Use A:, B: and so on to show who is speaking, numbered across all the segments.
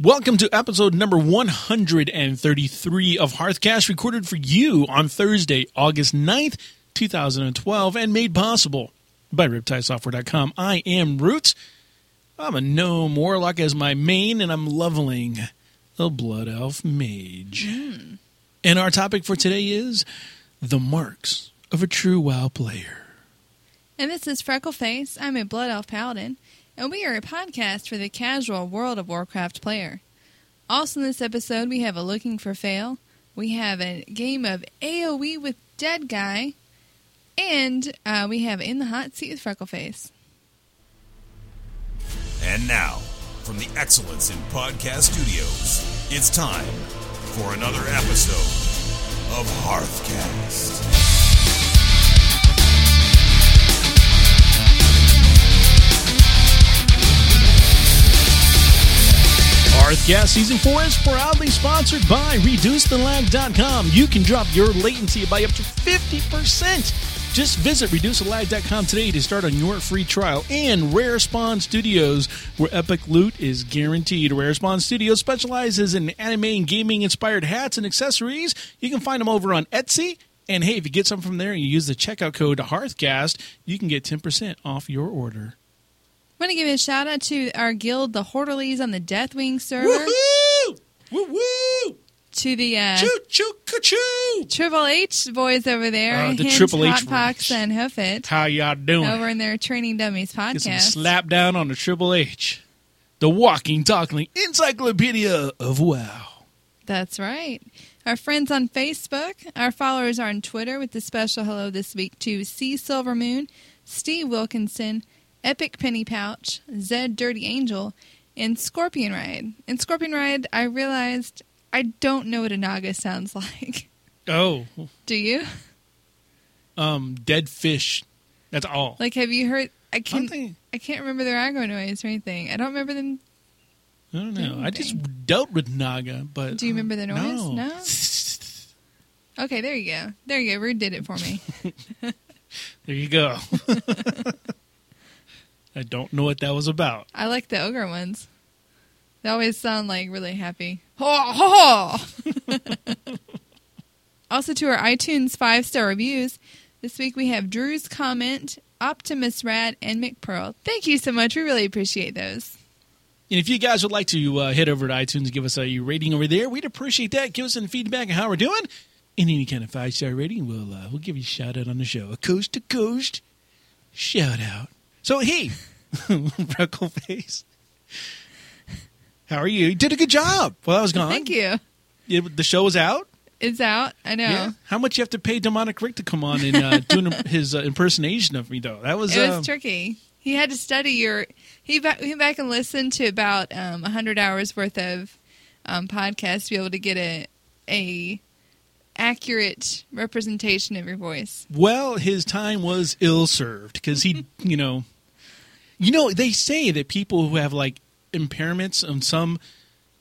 A: Welcome to episode number 133 of Hearthcast, recorded for you on Thursday, August 9th, 2012, and made possible by RiptideSoftware.com. I am Roots. I'm a gnome warlock as my main, and I'm leveling the Blood Elf Mage. And our topic for today is the marks of a true WoW player.
B: And this is Freckleface. I'm a Blood Elf Paladin, and we are a podcast for the casual World of Warcraft player. Also, in this episode, we have a Looking for Fail, we have a game of AoE with Dead Guy, and uh, we have In the Hot Seat with Freckleface.
C: And now, from the Excellence in Podcast Studios, it's time for another episode of Hearthcast.
A: Hearthcast Season 4 is proudly sponsored by ReduceTheLag.com. You can drop your latency by up to 50%. Just visit ReduceTheLag.com today to start on your free trial. And Rare Spawn Studios, where epic loot is guaranteed. Rare Spawn Studios specializes in anime and gaming inspired hats and accessories. You can find them over on Etsy. And hey, if you get some from there and you use the checkout code Hearthcast, you can get 10% off your order.
B: I'm going to give a shout out to our guild, the Horderlies, on the Deathwing server,
A: Woohoo! Woo woo!
B: to the uh,
A: Choo choo ka-choo!
B: Triple H boys over there,
A: Oh, the
B: Hint,
A: Triple H
B: Hot Pox,
A: boys.
B: and Hoofit,
A: How y'all doing?
B: over in their Training Dummies
A: Get some
B: podcast.
A: slap down on the Triple H, the walking, talking encyclopedia of wow.
B: That's right. Our friends on Facebook, our followers are on Twitter with the special hello this week to C Silvermoon, Steve Wilkinson, Epic Penny Pouch, Zed Dirty Angel, and Scorpion Ride. And Scorpion Ride, I realized I don't know what a naga sounds like.
A: Oh,
B: Do you?
A: um, dead fish. That's all.
B: Like, have you heard?
A: I
B: I
A: don't
B: can't.
A: think-
B: I can't remember their aggro noise or anything. I don't remember them.
A: I don't know. I just dealt with Naga, but
B: Do you remember the noise?
A: No.
B: No? Okay, there you go. There you go. Rude did it for me.
A: there you go. I don't know what that was about.
B: I like the ogre ones. They always sound like really happy. Ho, ho, ho. also, to our iTunes five star reviews, this week we have Drew's comment, Optimus Rad, and McPearl. Thank you so much. We really appreciate those.
A: And if you guys would like to uh, head over to iTunes and give us a rating over there, we'd appreciate that. Give us some feedback on how we're doing. And any kind of five star rating, we'll uh, we'll give you a shout out on the show. A coast to coast shout out. So hey, Freckleface, how are you? You did a good job while I was gone.
B: Thank you.
A: It- the show was out.
B: It's out. I know.
A: How much you have to pay Demonic Rick to come on and uh, do an- his uh, impersonation of me though? That was,
B: It
A: um,
B: was tricky. He had to study your. He ba- he went back and listened to about um, 100 hours worth of um, podcasts to be able to get a a accurate representation of your voice.
A: Well, his time was ill served because he, you know, you know, they say that people who have like impairments on some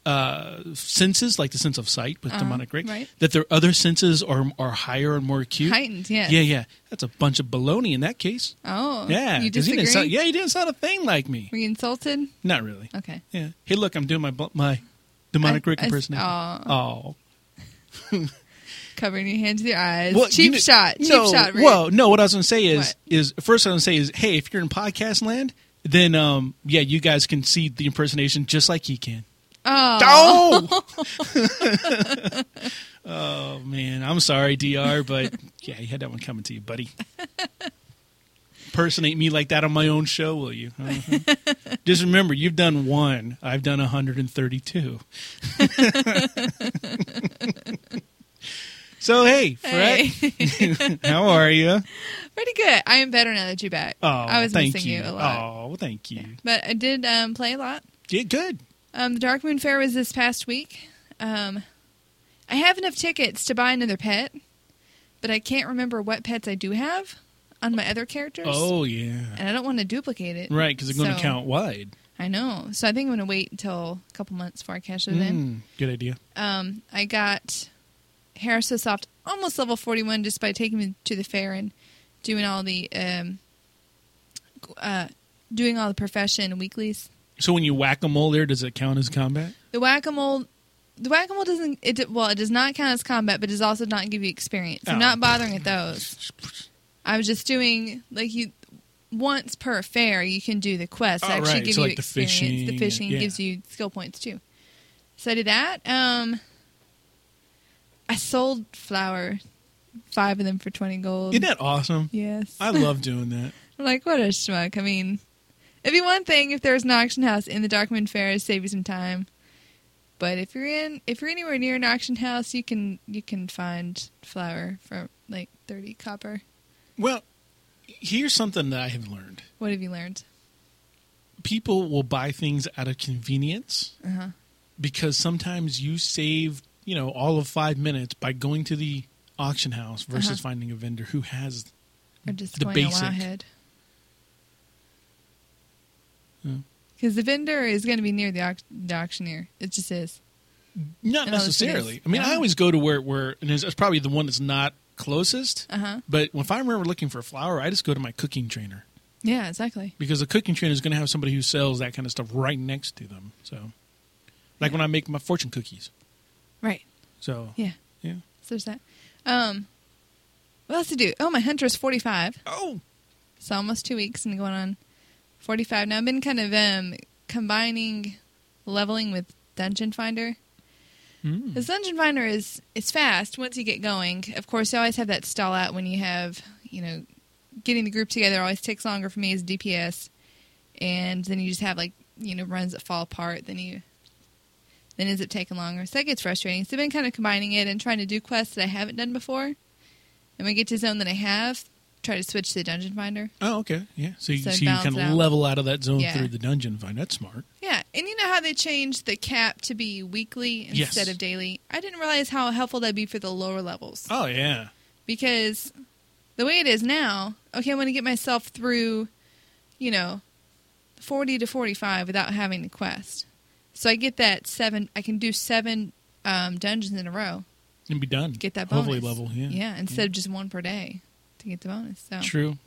A: uh, senses, like the sense of sight with demonic rig,
B: Uh-huh, right.
A: that their other senses are are higher and more acute.
B: Heightened, yes.
A: Yeah, yeah, that's a bunch of baloney in that case.
B: Oh,
A: yeah,
B: You
A: 'cause he
B: disagree?
A: didn't sound, yeah, he didn't sound a thing like me.
B: Were you insulted?
A: Not really.
B: Okay.
A: Yeah. Hey, look, I'm doing my bl- my demonic
B: I-
A: rig
B: I- uh,
A: impersonation.
B: aw.
A: oh.
B: Covering your hands with your eyes.
A: Well,
B: cheap
A: you kn-
B: shot. Cheap
A: no,
B: shot. Rick.
A: Well, no. What I was going to say is
B: What?
A: is first I was going to say is hey, if you're in podcast land, then um yeah, you guys can see the impersonation just like he can.
B: Oh,
A: Oh. oh man, I'm sorry, Dr. But yeah, you had that one coming to you, buddy. Impersonate me like that on my own show, will you? Uh-huh. Just remember, you've done one. I've done 132. so hey, Fred,
B: Hey.
A: how are you?
B: pretty good. I am better now that you're back.
A: Oh,
B: I was
A: thank
B: missing you. a lot,
A: Oh, thank you.
B: but I did um, play a lot.
A: Yeah, good.
B: Um, the Dark Moon Fair was this past week. Um, I have enough tickets to buy another pet, but I can't remember what pets I do have on my other characters.
A: Oh yeah,
B: And I don't want to duplicate it.
A: right. Because they're going to
B: So-
A: count wide.
B: I know. So I think I'm going to wait until a couple months before I cash it in.
A: Mm, good idea.
B: Um, I got Hair So Soft almost level 41 just by taking me to the fair and doing all the um, uh, doing all the profession weeklies.
A: So when you whack a mole there, does it count as combat?
B: The whack a mole. The whack a mole doesn't. It d- well, it does not count as combat, but does also not give you experience. I'm
A: Oh.
B: not bothering with those. I was just doing like you once per fair. You can do the quest.
A: Oh,
B: that actually
A: right.
B: give
A: So,
B: you
A: like, the
B: experience.
A: fishing and-
B: fishing
A: yeah.
B: gives you skill points too. So I did that. Um, I sold flour, five of them for twenty gold.
A: Isn't that awesome?
B: yes,
A: I love doing that.
B: I'm like, what a schmuck. I mean, it'd be one thing if there was an auction house in the Darkman Fair to save you some time. But if you're in, if you're anywhere near an auction house, you can you can find flour for like thirty copper.
A: Well, here's something that I have learned.
B: What have you learned?
A: People will buy things out of convenience
B: Uh-huh.
A: because sometimes you save, you know, all of five minutes by going to the auction house versus
B: Uh-huh.
A: finding a vendor who has.
B: Or just
A: The
B: going on
A: basic.
B: Wowhead? Because the vendor is going to be near the, auc- the auctioneer. It just is.
A: Not
B: In other cities.
A: necessarily. I mean, I
B: Yeah.
A: always go to where where and it's, it's probably the one that's not closest.
B: Uh-huh.
A: But if I remember looking for a flower, I just go to my cooking trainer
B: Yeah, exactly.
A: because the cooking trainer is going to have somebody who sells that kind of stuff right next to them. So, like when I make my fortune cookies.
B: Right.
A: So
B: Yeah.
A: yeah.
B: So there's that. Um, what else to do? Oh, my hunter is forty-five.
A: Oh,
B: So almost two weeks and going on 45. Now I've been kind of um, combining leveling with Dungeon Finder. Because Dungeon Finder is is fast once you get going. Of course, you always have that stall out when you have you know getting the group together. Always takes longer for me as DPS, and then you just have like you know runs that fall apart. Then you then ends up taking longer, so that gets frustrating. So I've been kind of combining it and trying to do quests that I haven't done before. And when I get to a zone that I have, try to switch to Dungeon Finder.
A: oh, okay, yeah. So you,
B: So
A: so
B: it
A: you
B: balance
A: kind of
B: out.
A: level out of that zone
B: Yeah.
A: through the dungeon. Fine, that's smart.
B: Yeah, and you know how they changed the cap to be weekly
A: Yes.
B: instead of daily? I didn't realize how helpful that'd be for the lower levels
A: Oh yeah,
B: because the way it is now, okay, I want to get myself through, you know, 40 to 45 without having the quest. So I get that seven, I can do seven um, dungeons in a row,
A: and be done.
B: get that bonus.
A: hopefully level. Yeah,
B: Yeah, instead of just one per day to get the bonus. So,
A: True.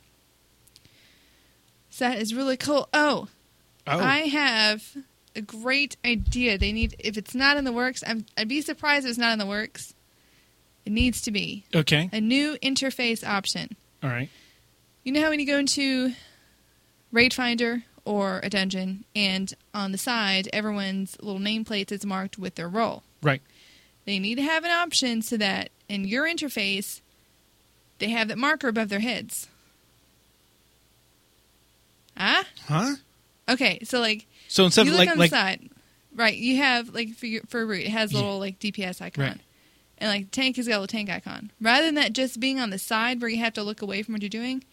B: so that is really cool. Oh,
A: Oh,
B: I have a great idea. They need if it's not in the works, I'm, I'd be surprised if it's not in the works. It needs to be
A: okay.
B: a new interface option.
A: All right.
B: You know how when you go into Raid Finder or a dungeon, and on the side, everyone's little nameplate is marked with their role.
A: Right.
B: They need to have an option so that in your interface, they have that marker above their heads. Ah,
A: Huh?
B: okay. So like
A: So instead
B: you
A: of
B: look
A: like
B: on
A: like
B: the side, right? You have like for your, for root, it has a
A: Yeah.
B: little like DPS icon,
A: Right.
B: and like tank has got a little tank icon. Rather than that just being on the side where you have to look away from what you're doing,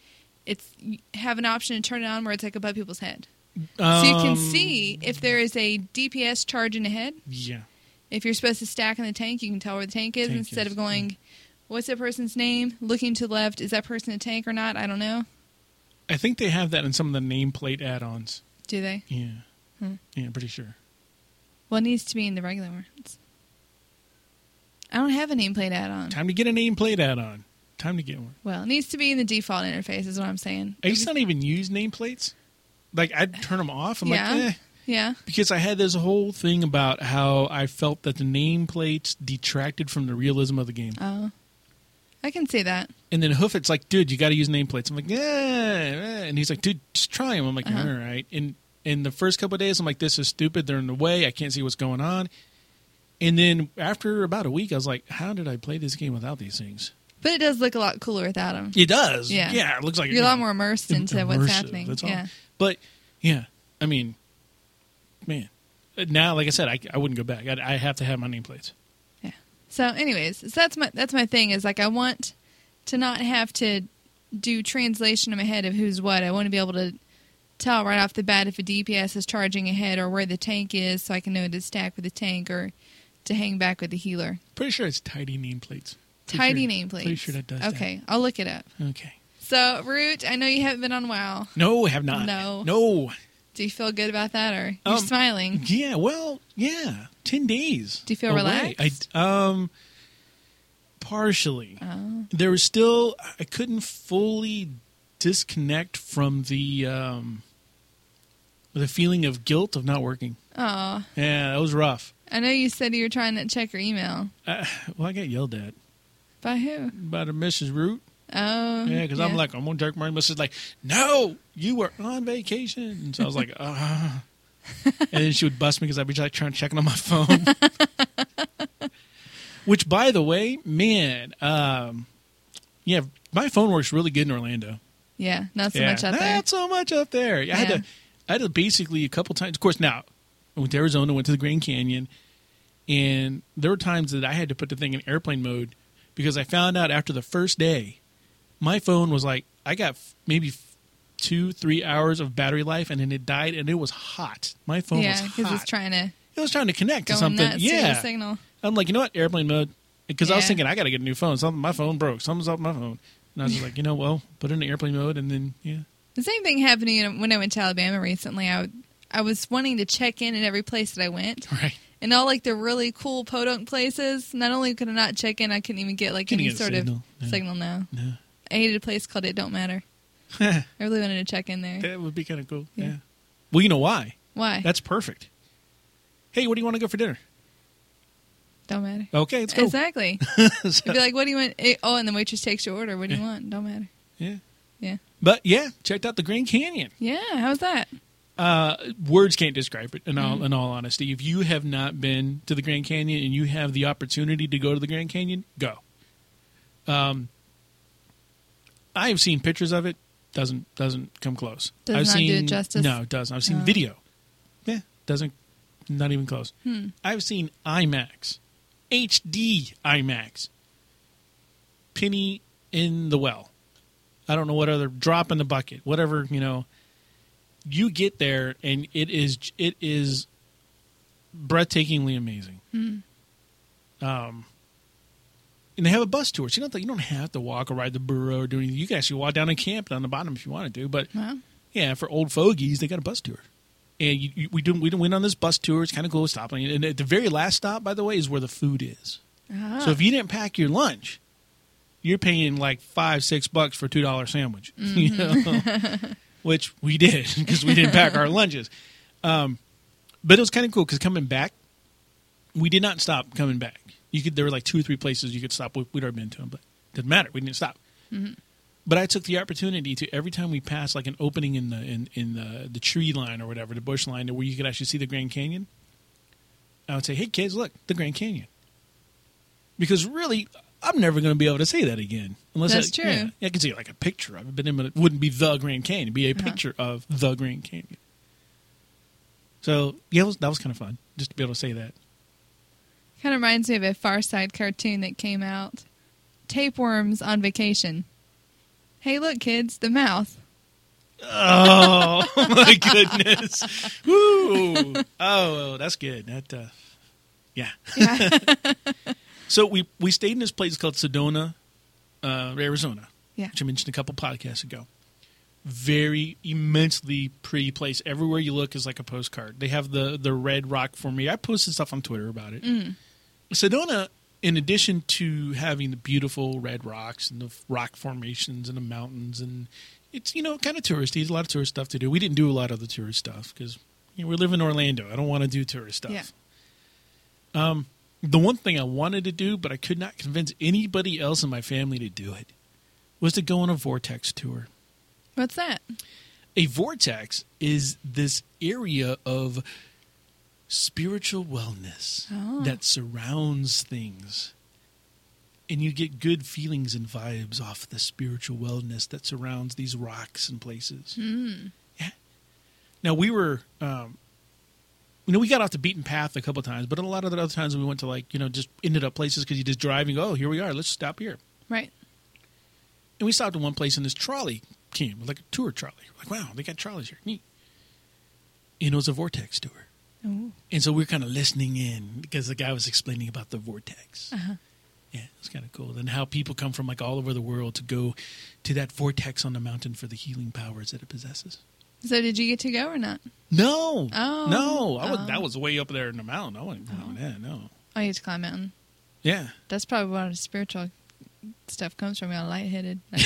B: it's you have an option to turn it on where it's like above people's head, so you
A: um,
B: can see if there is a DPS charging ahead.
A: Yeah.
B: If you're supposed to stack in the tank, you can tell where the tank is
A: Tank
B: instead
A: is,
B: of going, "What's that person's name?" Looking to the left, is that person a tank or not? I don't know.
A: I think they have that in some of the nameplate add-ons.
B: Do they?
A: Yeah. Yeah, I'm pretty sure.
B: Well, it needs to be in the regular ones. I don't have a nameplate add-on.
A: Time to get a nameplate add-on. Time to get one.
B: Well, it needs to be in the default interface, is what I'm saying.
A: I used to not even use nameplates. Like I'd turn them off. I'm
B: Yeah.
A: like, eh.
B: Yeah.
A: because I had this whole thing about how I felt that the nameplates detracted from the realism of the game.
B: Oh, I can see that.
A: And then Hoofit's like, dude, you got to use nameplates. I'm like, yeah, eh." and he's like, dude, just try them. I'm like,
B: Uh-huh.
A: "All right. And in the first couple of days, I'm like, this is stupid. They're in the way. I can't see what's going on. And then after about a week, I was like, how did I play this game without these things?
B: But it does look a lot cooler without them.
A: It does.
B: Yeah.
A: Yeah. It looks like
B: You're a lot more immersed into
A: immersive,
B: what's happening.
A: That's all.
B: yeah.
A: But yeah, I mean, man, now like I said, I, I wouldn't go back. I'd, I have to have my nameplates.
B: Yeah. So, anyways, so that's my that's my thing is like I want to not have to do translation in my head of who's what. I want to be able to tell right off the bat if a DPS is charging ahead or where the tank is, so I can know to stack with the tank or to hang back with the healer.
A: Pretty sure it's tidy nameplates. Pretty
B: Tidy
A: sure,
B: nameplate.
A: Pretty sure that does. that.
B: Okay, I'll look it up.
A: Okay.
B: So, Root, I know you haven't been on WoW.
A: No, have not.
B: No.
A: No.
B: Do you feel good about that, or you're
A: Um,
B: smiling?
A: Yeah. Well. Yeah. Ten days.
B: Do you feel
A: away.
B: relaxed?
A: I um. Partially.
B: Oh.
A: There was still I couldn't fully disconnect from the um with a feeling of guilt of not working.
B: Oh,
A: Yeah, that was rough.
B: I know you said you were trying to check your email.
A: Uh, well, I got yelled at
B: By who?
A: by the Mrs. Root.
B: Oh,
A: Yeah, because I'm like, I'm gonna take my message. Like, no, you were on vacation. And so I was like, ah. and then she would bust me because I'd be like trying to check on my phone. Which, by the way, man, um, yeah, my phone works really good in Orlando.
B: yeah, not so
A: yeah,
B: much out
A: not
B: there.
A: so much up there. I had
B: Yeah.
A: to, I had to basically a couple times. Of course, now I went to Arizona, went to the Grand Canyon, and there were times that I had to put the thing in airplane mode because I found out after the first day, my phone was like I got f- maybe f- two, three hours of battery life, and then it died, and it was hot. My phone was
B: yeah,
A: hot.
B: it's trying to
A: it was trying to connect
B: go
A: to something.
B: nuts to
A: Yeah,
B: the signal.
A: I'm like, you know what, airplane mode, because I was
B: Yeah.
A: thinking I got to get a new phone. Something my phone broke. Something's up with my phone, and I was just like, you know, well, put it in airplane mode, and then yeah.
B: The same thing happened you know, when I went to Alabama recently. I would, I was wanting to check in at every place that I went,
A: Right.
B: and all like the really cool podunk places. Not only could I not check in, I couldn't even get like
A: Couldn't
B: any
A: get a
B: sort
A: signal,
B: of
A: yeah.
B: signal now.
A: Yeah.
B: I hated a place called It Don't Matter. I really wanted to check in there.
A: that would be kind of cool. Yeah.
B: Yeah.
A: Well, you know why?
B: Why?
A: That's perfect. Hey, what do you want to go for dinner?
B: Don't matter.
A: Okay, let's go.
B: Exactly. It'd be like, what do you want? Eh, Oh, and the waitress takes your order. What do you
A: Yeah.
B: want? Don't matter.
A: yeah.
B: Yeah.
A: But yeah, checked out the Grand Canyon.
B: Yeah. How's that?
A: Uh, words can't describe it. In all,
B: Mm-hmm.
A: in all honesty, if you have not been to the Grand Canyon and you have the opportunity to go to the Grand Canyon, go. Um, I have seen pictures of it. Doesn't doesn't come close.
B: Does
A: I've
B: not do
A: seen,
B: it justice.
A: No, it doesn't. I've seen
B: Oh.
A: video. Yeah, doesn't. Not even close.
B: Hmm.
A: I've seen IMAX, HD IMAX, Penny in the well. I don't know what other drop in the bucket, whatever you know. You get there and it is it is breathtakingly amazing. Um, and they have a bus tour. So you don't you don't have to walk or ride the burro or do anything. You can actually walk down and camp down the bottom if you wanted to. But
B: Wow.
A: yeah, for old fogies, they got a bus tour, and you, you, we do we do went on this bus tour. It's kind of cool stopping, and at the very last stop, by the way, is where the food is.
B: Ah.
A: So if you didn't pack your lunch, you're paying like five six bucks for a two dollar sandwich, you know? which we did because we didn't pack our lunches. Um, but it was kind of cool because coming back, we did not stop coming back. You could there were like two or three places you could stop. We, we'd already been to them, but it didn't matter. We didn't stop.
B: Mm-hmm.
A: But I took the opportunity to every time we passed like an opening in the in, in the, the tree line or whatever, the bush line, where you could actually see the Grand Canyon. I would say, "Hey kids, look, the Grand Canyon," because really, I'm never going to be able to see that again. Unless
B: That's
A: I,
B: true.
A: yeah, I can see like a picture of it, but it wouldn't be the Grand Canyon. It'd be a
B: Uh-huh.
A: picture of the Grand Canyon. So yeah, it was, that was kind of fun just to be able to say that.
B: Kind of reminds me of a Far Side cartoon that came out. Tapeworms on vacation. Hey, look, kids, the mouth.
A: Oh my goodness! Woo! Oh, that's good. That, uh, yeah.
B: Yeah.
A: So we we stayed in this place called Sedona, uh, Arizona,
B: yeah.
A: which I mentioned a couple podcasts ago. Very immensely pretty place. Everywhere you look is like a postcard. They have the the red rock for me. I posted stuff on Twitter about it. Sedona, in addition to having the beautiful red rocks and the f- rock formations and the mountains, and it's you know kind of touristy. There's a lot of tourist stuff to do. We didn't do a lot of the tourist stuff because you know, we live in Orlando. I don't want to do tourist stuff.
B: Yeah.
A: Um, the one thing I wanted to do, but I could not convince anybody else in my family to do it, was to go on a vortex tour
B: What's that?
A: a vortex is this area of spiritual wellness
B: Oh.
A: that surrounds things and you get good feelings and vibes off the spiritual wellness that surrounds these rocks and places yeah now we were um you know, we got off the beaten path a couple times, but a lot of the other times we went to like, you know, just ended up places because you just drive and go, oh, here we are, let's stop here.
B: Right.
A: And we stopped at one place, and this trolley came, like a tour trolley. Like, wow, they got trolleys here. Neat. And it was a vortex tour.
B: Ooh.
A: And so we were kind of listening in because the guy was explaining about the vortex.
B: Uh-huh.
A: Yeah, it's kind of cool. And how people come from like all over the world to go to that vortex on the mountain for the healing powers that it possesses.
B: So, did you get to go or not?
A: No,
B: Oh.
A: no, I was,
B: Oh.
A: that was way up there in the mountain. I wasn't going there. No,
B: Oh, you had to climb a mountain.
A: yeah,
B: That's probably where all the spiritual stuff comes from. Y'all lightheaded. Like,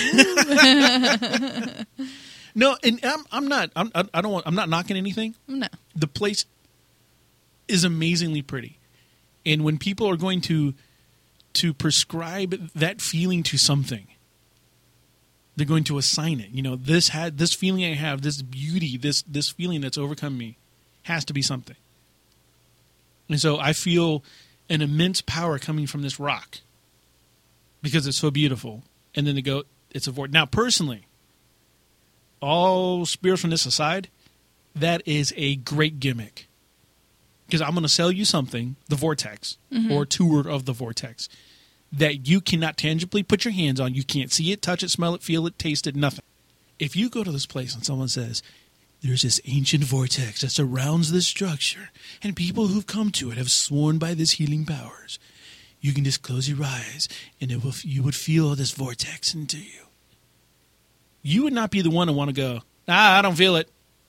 A: No, and I'm I'm not I'm I I don't want I'm not knocking anything.
B: No.
A: The place is amazingly pretty, and when people are going to to prescribe that feeling to something, they're going to assign it. You know, this had this feeling I have, this beauty, this this feeling that's overcome me, has to be something. And so I feel an immense power coming from this rock because it's so beautiful. And then they go, it's a void. Now, personally, all spiritualness aside, that is a great gimmick. Because I'm going to sell you something, the vortex, or tour of the vortex, that you cannot tangibly put your hands on. You can't see it, touch it, smell it, feel it, taste it, nothing. If you go to this place and someone says, there's this ancient vortex that surrounds this structure, and people who've come to it have sworn by this healing powers. You can just close your eyes, and it will, you would feel this vortex into you. You would not be the one to want to go. Ah, I don't feel it.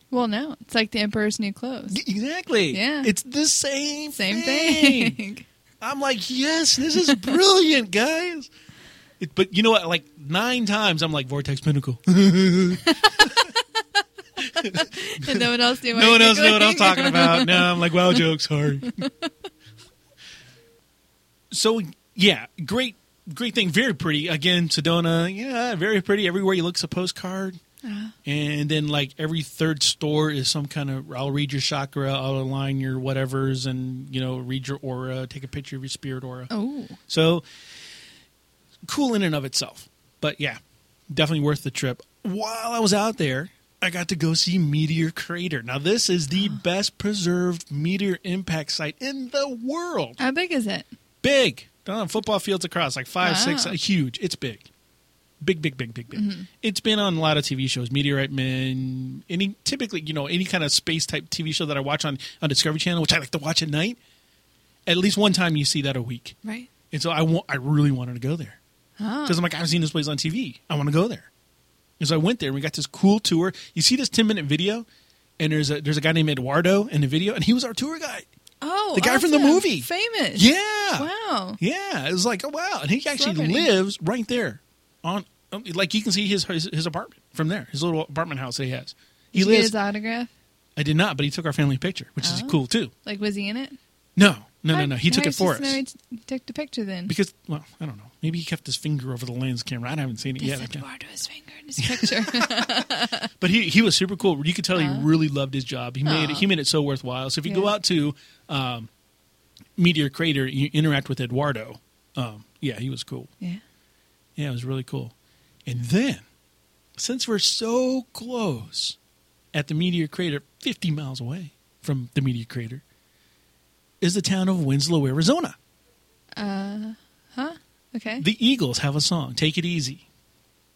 B: Well, no. It's like the Emperor's New Clothes.
A: Exactly.
B: Yeah.
A: It's the same.
B: Same thing.
A: I'm like, yes, this is brilliant, guys. It, but you know what? Like nine times, I'm like vortex pinnacle.
B: and no one else knew.
A: no one else
B: knew
A: know what I'm talking about. No, I'm like, wow, joke, sorry. so yeah, great, great thing. Very pretty. Again, Sedona. Yeah, very pretty. Everywhere you look's a postcard. And then like every third store is some kind of I'll read your chakra, I'll align your whatevers, and you know read your aura, take a picture of your spirit aura.
B: Oh,
A: So cool in and of itself. But yeah, definitely worth the trip. While I was out there, I got to go see Meteor Crater. Now, this is the best preserved meteor impact site in the world.
B: how big is it?
A: Big. Uh, football fields across, like five, six,
B: Wow.
A: uh, huge. It's big. Big, big, big, big, big. It's been on a lot of TV shows. Meteorite Men, any typically, you know, any kind of space type TV show that I watch on, on Discovery Channel, which I like to watch at night. At least one time you see that a week.
B: Right.
A: And so I want, I really wanted to go there
B: Oh,
A: because I'm like, I've seen this place on TV. I want to go there. And so I went there. and We got this cool tour. You see this 10 minute video, and there's a there's a guy named Eduardo in the video, and he was our tour guide.
B: oh,
A: the guy from the
B: awesome.
A: movie.
B: famous.
A: Yeah.
B: Wow.
A: Yeah. It was like, oh wow, and he actually
B: Celebrity.
A: lives right there on. um, Like you can see his, his his apartment from there, his little apartment house that he has. He
B: Did you get
A: lives.
B: his autograph.
A: I did not, but he took our family picture, which is
B: Oh.
A: cool too.
B: Like, was he in it?
A: No, no, no,
B: How-
A: no. He took
B: how
A: it for
B: does this
A: us.
B: know He t- he took the picture then.
A: because well, I don't know. Maybe he kept his finger over the lens camera. I haven't seen it
B: He
A: yet. I
B: said
A: can't-
B: Eduardo's finger in his picture.
A: But he he was super cool. You could tell
B: Huh?
A: he really loved his job. He made
B: Uh-huh. Aw.
A: it, he made it so worthwhile. So if you go
B: Yeah.
A: out to um, Meteor Crater, you interact with Eduardo. Um, yeah, he was cool.
B: yeah.
A: Yeah, it was really cool. And then, since we're so close at the Meteor Crater, fifty miles away from the Meteor Crater, is the town of Winslow, Arizona.
B: Huh? Okay.
A: The Eagles have a song, "Take It Easy."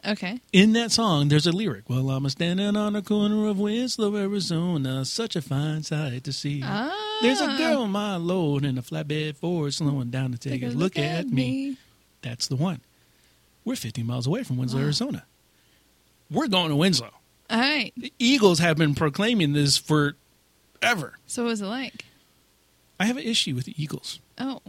B: okay.
A: in that song, there's a lyric. Well, I'm a standing on the corner of Winslow, Arizona, such a fine sight to see.
B: Ah.
A: There's a girl on my load in a flatbed Ford slowing down to take, a look, at, me. That's the one. We're 50 miles away from Winslow, Arizona. We're going to Winslow.
B: All right.
A: The Eagles have been proclaiming this forever.
B: So what was it like?
A: I have an issue with the Eagles.
B: Oh.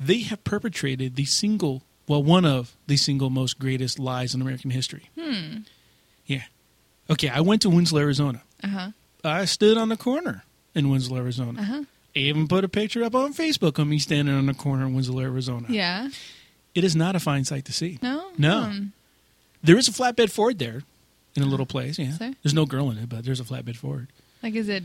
A: They have perpetrated the single, well, one of the single most greatest lies in American history. Hmm. Yeah. Okay, I went to Winslow, Arizona.
B: Uh huh.
A: I stood on the corner in Winslow, Arizona.
B: Uh huh.
A: I even put a picture up on Facebook of me standing on the corner in Winslow, Arizona.
B: Yeah.
A: It is not a fine sight to see.
B: No.
A: No.
B: Hmm.
A: There is a flatbed Ford there in a little place. Yeah.
B: So?
A: There's no girl in it, but there's a flatbed Ford.
B: Like, is it?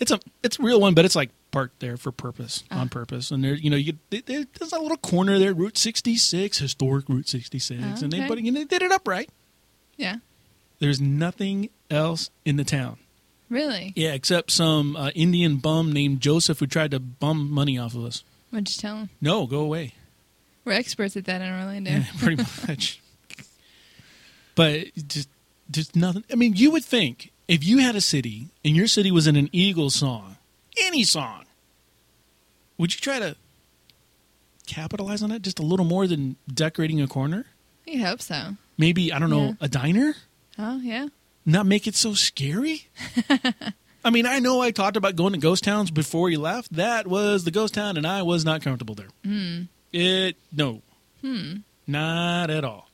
A: It's a it's a real one, but it's like parked there for purpose,
B: Uh-huh.
A: on purpose. And there, you know, you there- there- there's a little corner there, Route 66, historic Route 66, and they
B: Oh, Okay.
A: put it, and they did it up right.
B: Yeah.
A: There's nothing else in the town.
B: Really?
A: Yeah, except some uh, Indian bum named Joseph who tried to bum money off of us.
B: What'd you tell him?
A: No, go away.
B: We're experts at that in Orlando.
A: Yeah, pretty much. but it just just nothing. I mean, you would think if you had a city and your city was in an Eagles song, any song, would you try to capitalize on it just a little more than decorating a corner?
B: You hope so.
A: Maybe I don't know
B: Yeah.
A: a diner.
B: Oh yeah.
A: Not make it so scary. I mean, I know I talked about going to ghost towns before you left. That was the ghost town, and I was not comfortable there. It no, not at all.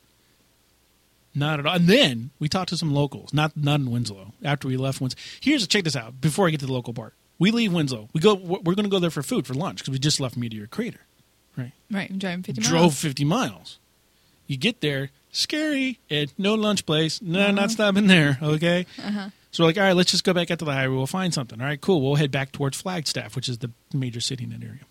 A: Not at all. And then we talked to some locals, not not in Winslow. After we left Winslow, here's check this out. Before I get to the local part, we leave Winslow. We go. We're we're gonna go there for food for lunch because we just left Meteor Crater. Right.
B: Right, I'm driving 50
A: Drove
B: miles.
A: 50 miles. You get there, scary, and no lunch place. No,
B: Uh-huh.
A: not stopping there. Okay. So we're like, all right, let's just go back out to the highway. We'll find something. All right, cool. We'll head back towards Flagstaff, which is the major city in that area.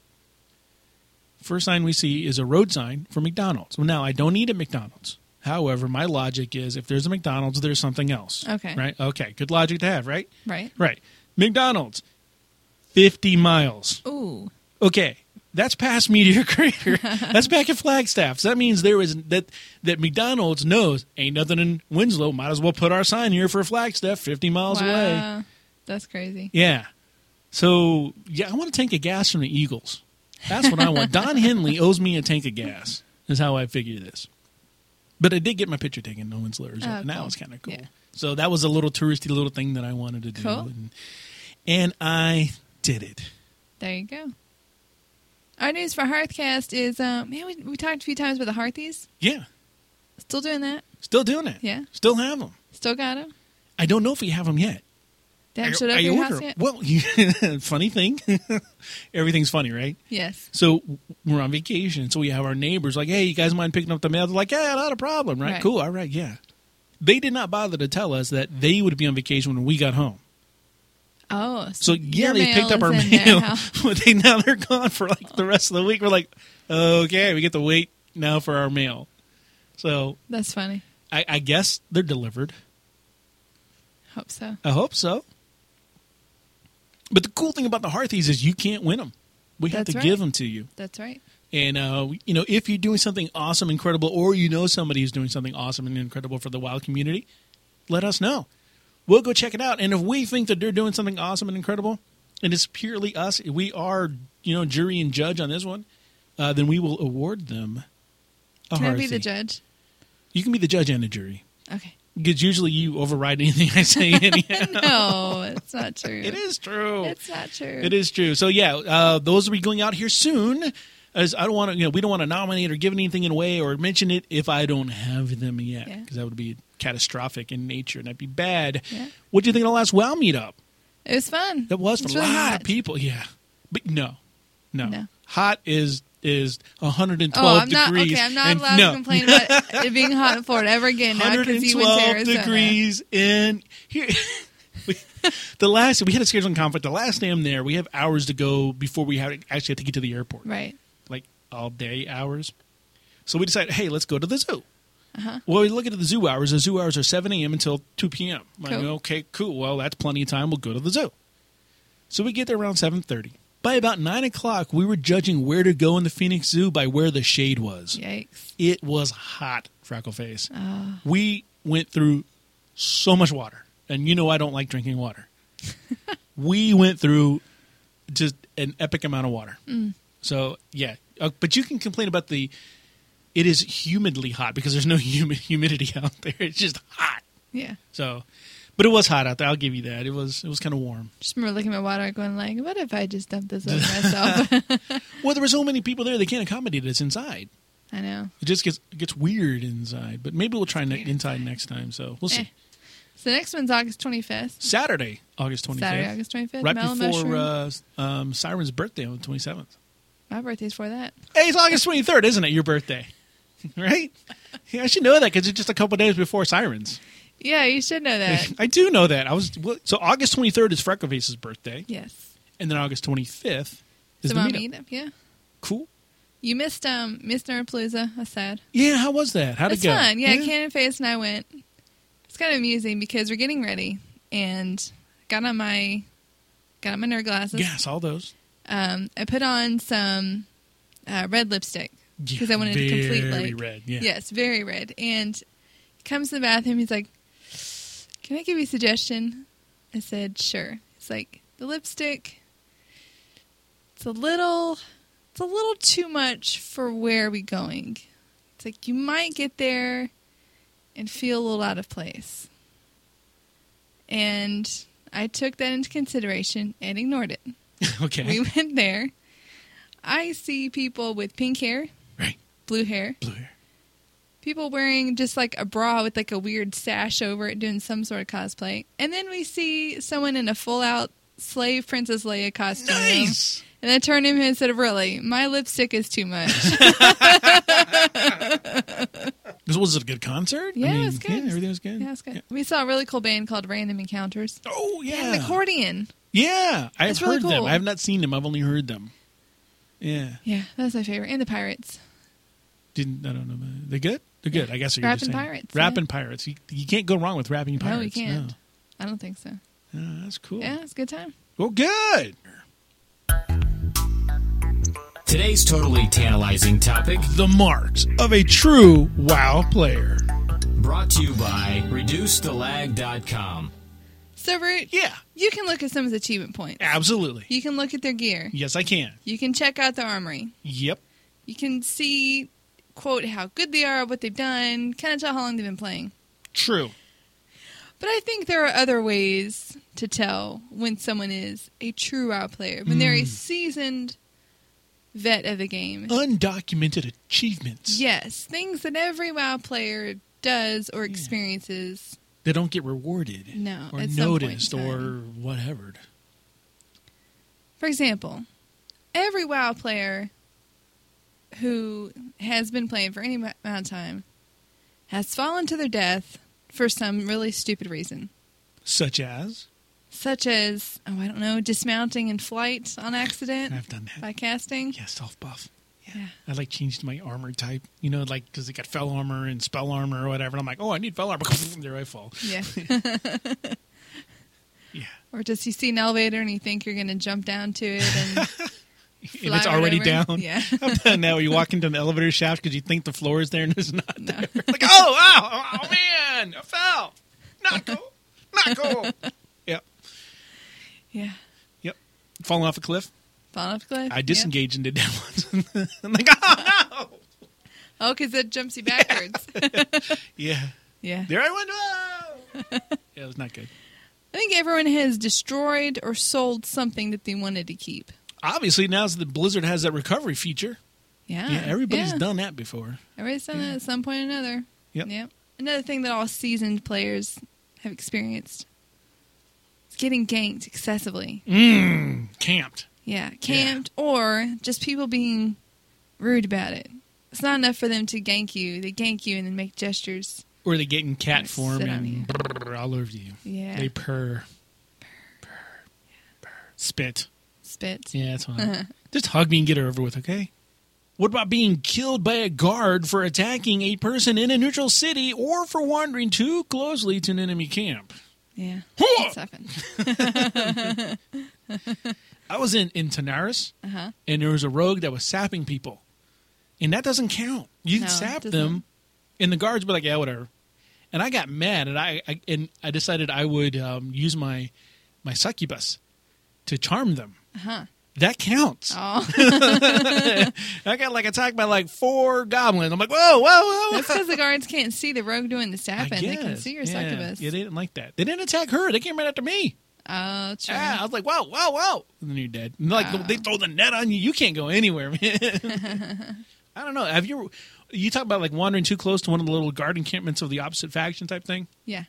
A: First sign we see is a road sign for McDonald's. Well, now I don't eat at McDonald's. However, my logic is if there's a McDonald's, there's something else.
B: Okay.
A: Right? Okay. Good logic to have, right?
B: Right.
A: Right. McDonald's, 50 miles.
B: Ooh.
A: Okay. That's past Meteor Crater. That's back at Flagstaff. So that means there is that that McDonald's knows ain't nothing in Winslow. Might as well put our sign here for Flagstaff, fifty miles away.
B: Wow. That's crazy.
A: Yeah. So yeah, I want a tank of gas from the Eagles. That's what I want. Don Henley owes me a tank of gas. Is how I figure this. But I did get my picture taken in Winslow, Arizona,
B: Oh,
A: and that
B: cool.
A: was kind of cool.
B: Yeah.
A: So that was a little touristy little thing that I wanted to do,
B: Cool.
A: and, and I did it.
B: There you go. Our news for Hearthcast is, um, yeah, we, we talked a few times about the Hearthies.
A: Yeah.
B: Still doing that.
A: Still doing it.
B: Yeah.
A: Still have them.
B: Still got them.
A: I don't know if we have them yet.
B: They
A: I,
B: haven't showed up
A: I
B: at your
A: order 'em.
B: house yet?
A: Well, funny thing. Everything's funny, right?
B: Yes.
A: So we're on vacation, so we have our neighbors like, "Hey, you guys mind picking up the mail?" They're like, "Yeah, not a problem, right?
B: Right.
A: Cool, all right, yeah." They did not bother to tell us that they would be on vacation when we got home.
B: Oh.
A: So yeah,
B: your
A: they picked
B: mail
A: up our
B: is in their
A: mail,
B: house.
A: but they now they're gone for like the rest of the week. We're like, okay, we get to wait now for our mail. So
B: That's funny.
A: I, I guess they're delivered.
B: Hope so.
A: I hope so. But the cool thing about the Hearthies is you can't win them. We have
B: That's
A: to
B: right.
A: give them to you.
B: That's right.
A: And uh, you know, if you're doing something awesome, incredible, or you know somebody who's doing something awesome and incredible for the wild community, let us know. We'll go check it out. And if we think that they're doing something awesome and incredible, and it's purely us, we are you know jury and judge on this one, uh, then we will award them. A
B: Can I be
A: Hearthie.
B: the judge?
A: You can be the judge and the jury
B: Okay.
A: because usually you override anything I say. anyhow.
B: No, it's not true.
A: it is true.
B: It's not true.
A: It is true. So yeah, uh, those will be going out here soon. As I don't want to, you know, we don't want to nominate or give anything away or mention it if I don't have them yet,
B: Yeah.
A: because that would be catastrophic in nature and that'd be bad.
B: Yeah.
A: What do you think of the last WoW meetup?
B: It was fun.
A: That was for
B: It's
A: a
B: really
A: lot
B: hot.
A: of people. Yeah, but no, no,
B: No.
A: hot is is 112
B: Oh, I'm not
A: degrees.
B: okay. I'm not
A: and
B: allowed
A: no,
B: to complain about it being hot in Florida ever again. Not because you went to
A: 112
B: Arizona.
A: degrees in here. we- the last we had a scheduling conflict. The last day I'm there, we have hours to go before we have actually have to get to the airport.
B: Right.
A: Like all day hours. So we decided, hey, let's go to the zoo.
B: Uh-huh.
A: Well, we look at the zoo hours. The zoo hours are 7 a.m. until 2 p.m. I'm Like,
B: Cool.
A: okay, cool. Well, that's plenty of time. We'll go to the zoo. So we get there around 7:30. By about nine o'clock, we were judging where to go in the Phoenix Zoo by where the shade was
B: Yikes.
A: it was hot, Freckleface. We went through so much water, and you know I don't like drinking water. we went through just an epic amount of water. So yeah, uh, but you can complain about the. It is humidly hot because there's no humid humidity out there. It's just hot.
B: Yeah.
A: So, but it was hot out there. I'll give you that. It was it was kind of warm.
B: Just remember looking at my water, going like, "What if I just dump this over myself?"
A: Well, there were so many people there they can't accommodate us inside.
B: I know.
A: It just gets it gets weird inside. But maybe we'll try ne- inside next time. So we'll see.
B: Eh. So the next one's August 25th.
A: Saturday, August 25th.
B: Saturday, August 25th.
A: Right
B: Mellow
A: before
B: Mushroom.
A: uh, um, Siren's birthday on the 27th.
B: my birthday's for that.
A: Hey, it's August 23rd, isn't it? Your birthday. right? Yeah, I should know that because it's just a couple days before Siren's.
B: Yeah, you should know that.
A: I do know that. I was well, So August 23rd is Freckleface's birthday,
B: yes.
A: and then August 25th is the
B: so my
A: meetup.
B: meetup. Yeah.
A: Cool.
B: You missed um missed Nerdpalooza. That's sad.
A: Yeah, how was that? How'd
B: It's
A: it go?
B: fun. Yeah, Cannon Face and I went. It's kind of amusing because we're getting ready and got on my got on my nerd glasses.
A: Yeah, I saw those.
B: Um, I put on some uh, red lipstick
A: Yeah,
B: because I wanted to complete
A: very
B: like
A: red, yeah.
B: yes, very red. And he comes to the bathroom. He's like, "Can I give you a suggestion?" I said, "Sure." It's like the lipstick. It's a little, it's a little too much for where we going. It's like you might get there and feel a little out of place. And I took that into consideration and ignored it.
A: okay.
B: We went there. I see people with pink hair,
A: right.
B: blue hair,
A: Blue hair.
B: people wearing just like a bra with like a weird sash over it doing some sort of cosplay. And then we see someone in a full out slave Princess Leia costume.
A: Nice.
B: And I turned to him and said, Really, my lipstick is too much.
A: This was it a good concert?
B: Yeah,
A: I
B: it
A: mean,
B: was good.
A: Yeah, everything was good.
B: yeah, that's good. We saw a really cool band called Random Encounters.
A: Oh
B: They
A: yeah.
B: had an accordion.
A: Yeah, I've
B: It's really
A: heard them.
B: cool.
A: I have not seen them. I've only heard them. Yeah,
B: Yeah, that's my favorite. And the Pirates.
A: didn't I don't know. They're good. They're good. I guess you're
B: Rapping
A: just saying.
B: Pirates, yeah.
A: Rapping pirates. You, you can't go wrong with rapping pirates.
B: no, we can't. I don't think so.
A: No. No, that's cool.
B: Yeah, it's a good time.
A: Well, good.
D: Today's totally tantalizing topic
A: The marks of a true WoW player.
D: brought to you by ReduceTheLag.com.
B: So, Root,
A: Yeah,
B: you can look at someone's achievement points.
A: absolutely.
B: You can look at their gear.
A: Yes, I can.
B: You can check out the armory.
A: Yep.
B: You can see, quote, how good they are, what they've done, kind of tell how long they've been playing.
A: True.
B: But I think there are other ways to tell when someone is a true WoW player, when they're a seasoned vet of the game.
A: Undocumented achievements.
B: Yes, things that every WoW player does or experiences.
A: They don't get rewarded.
B: No,
A: Or
B: at some point in
A: noticed or whatever.
B: For example, every WoW player who has been playing for any amount of time has fallen to their death for some really stupid reason.
A: Such as
B: such as oh I don't know dismounting in flight on accident
A: I've done that.
B: by casting.
A: Yeah, self buff.
B: Yeah.
A: I like changed my armor type, you know, like because they got fell armor and spell armor or whatever. And I'm like, oh, I need fell armor. there I fall.
B: Yeah.
A: Yeah,
B: or just you see an elevator and you think you're going to jump down to it and
A: and
B: fly
A: it's
B: right
A: already
B: over.
A: down.
B: Yeah.
A: now you walk into an elevator shaft because you think the floor is there and it's not.
B: No.
A: Like, oh wow, oh man, I fell. Not cool. Not cool. yep,
B: yeah.
A: yep. Falling off a cliff.
B: Falling off a cliff.
A: I disengaged and did that once. I'm like, oh no.
B: Yeah. Oh, because it jumps you backwards.
A: Yeah,
B: yeah.
A: there I went. Whoa! yeah, it was not good.
B: I think everyone has destroyed or sold something that they wanted to keep.
A: Obviously, now that Blizzard has that recovery feature,
B: Yeah.
A: yeah, everybody's
B: Uh, Yeah.
A: done that before.
B: Everybody's done that at some point or another.
A: Yep.
B: Another thing that all seasoned players have experienced is getting ganked excessively.
A: Camped.
B: Yeah, camped or just people being rude about it. It's not enough for them to gank you. They gank you and then make gestures.
A: Or they get in cat
B: Sit
A: form
B: on
A: and
B: you.
A: brrr, all over you.
B: Yeah.
A: They purr. Purr. Purr. Spit.
B: Spit.
A: Yeah, that's fine.
B: Uh-huh.
A: Just hug me and get it over with, okay? What about being killed by a guard for attacking a person in a neutral city or for wandering too closely to an enemy camp?
B: Yeah.
A: Hoo-ah!
B: It's often.
A: I was in, in Tanaris,
B: Uh-huh.
A: and there was a rogue that was sapping people. And that doesn't count. You can
B: No, it
A: sap
B: doesn't.
A: them, and the guards were like, yeah, whatever. And I got mad, and I, I and I decided I would um, use my my succubus to charm them.
B: Uh-huh.
A: That counts.
B: Oh,
A: I got like attacked by like four goblins. I'm like, whoa, whoa, whoa.
B: that's because the guards can't see the rogue doing the stabbing. They can
A: guess.
B: see your
A: yeah.
B: succubus.
A: Yeah, they didn't like that. They didn't attack her. They came right after me.
B: Oh, true.
A: Yeah, I was like, wow, wow, wow. And then you're dead. And like
B: Wow.
A: they throw the net on you. You can't go anywhere, man. I don't know. Have you? You talk about like wandering too close to one of the little guard encampments of the opposite faction type thing.
B: Yeah.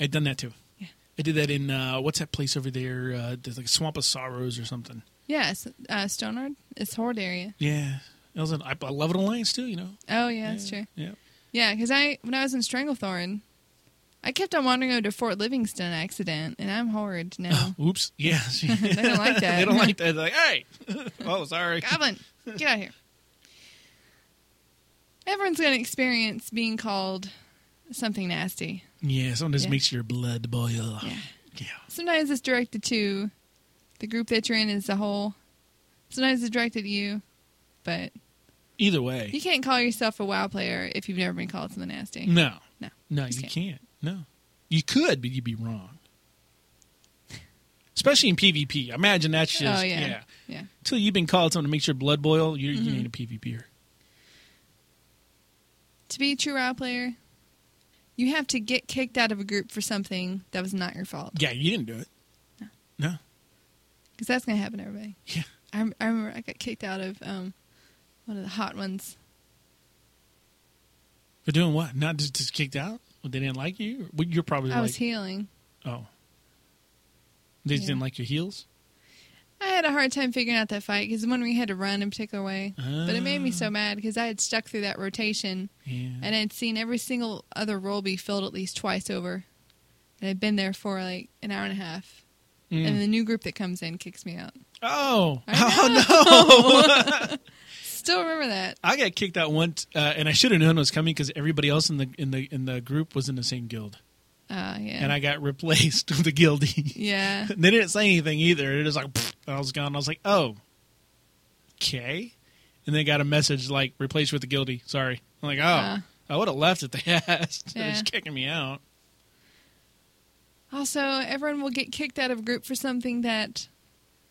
A: I've done that too.
B: Yeah.
A: I did that in uh, what's that place over there? Uh, there's like Swamp of Sorrows or something.
B: Yeah. It's, uh, Stonard is horde area.
A: Yeah, I was in. I, I love it alliance too. You know.
B: Oh, yeah, that's true.
A: Yeah.
B: Yeah, because I when I was in Stranglethorn, I kept on wandering over to Fort Livingston accident, and I'm horde
A: Oh,
B: now.
A: Oops. Yeah.
B: they don't like that.
A: they don't like that. They're like, hey, oh, sorry.
B: Goblin, get out of here. Everyone's going to experience being called something nasty.
A: Yeah, something just
B: Yeah.
A: makes your blood boil.
B: Yeah.
A: Yeah.
B: Sometimes it's directed to the group that you're in as a whole. Sometimes it's directed at you, but
A: Either way.
B: you can't call yourself a WoW player if you've never been called something nasty.
A: no.
B: No.
A: No,
B: Just
A: you can't. No. You could, but you'd be wrong. Especially in PvP. Imagine that's
B: Oh,
A: just,
B: yeah.
A: yeah.
B: Yeah.
A: Until you've been called something to make your blood boil, you're,
B: Mm-hmm.
A: you ain't a PvPer.
B: To be a true WoW player, you have to get kicked out of a group for something that was not your fault.
A: Yeah, you didn't do it. No. No.
B: Because that's going to happen to everybody.
A: Yeah.
B: I, rem- I remember I got kicked out of um, one of the hot ones.
A: For doing what? Not just, just kicked out? Well, they didn't like you? Well, You're probably
B: I
A: like,
B: was healing.
A: oh. They just
B: Yeah.
A: didn't like your heels?
B: I had a hard time figuring out that fight because one we had to run a particular way, but it made me so mad because I had stuck through that rotation
A: Ah. Yeah.
B: and I'd seen every single other role be filled at least twice over, and I'd been there for like an hour and a half,
A: Mm.
B: and the new group that comes in kicks me out.
A: oh.
B: Still remember that.
A: I got kicked out once, uh, and I should have known it was coming because everybody else in the in the in the group was in the same guild,
B: Uh, yeah.
A: and I got replaced with a guildie.
B: yeah.
A: they didn't say anything either. It was like pfft, and I was gone. I was like, oh, okay. And then got a message like replaced with a guildie. Sorry. I'm like, oh,
B: Uh.
A: I would have left if they asked. They're just
B: Yeah.
A: kicking me out.
B: Also, everyone will get kicked out of a group for something that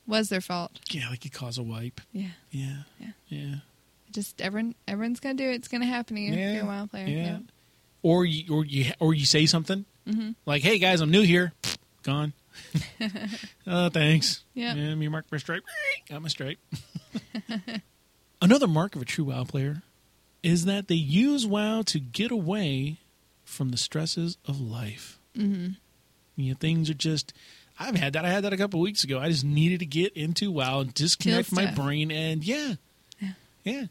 B: was their fault.
A: Yeah, like you cause a wipe.
B: Yeah.
A: Yeah.
B: Yeah.
A: Yeah.
B: Just everyone, everyone's gonna do it. It's gonna happen to you. if You're a wild player.
A: Yeah.
B: Yeah.
A: Or you or you or you say something
B: Mm-hmm.
A: like, "Hey guys, I'm new here." Gone. oh, thanks.
B: Yep.
A: Yeah, me mark my stripe. Got my stripe. Another mark of a true WoW player is that they use WoW to get away from the stresses of life. Mm-hmm. You know, things are just. I've had that. I had that a couple weeks ago. I just needed to get into WoW and disconnect my
B: stuff.
A: brain, and yeah, yeah, yeah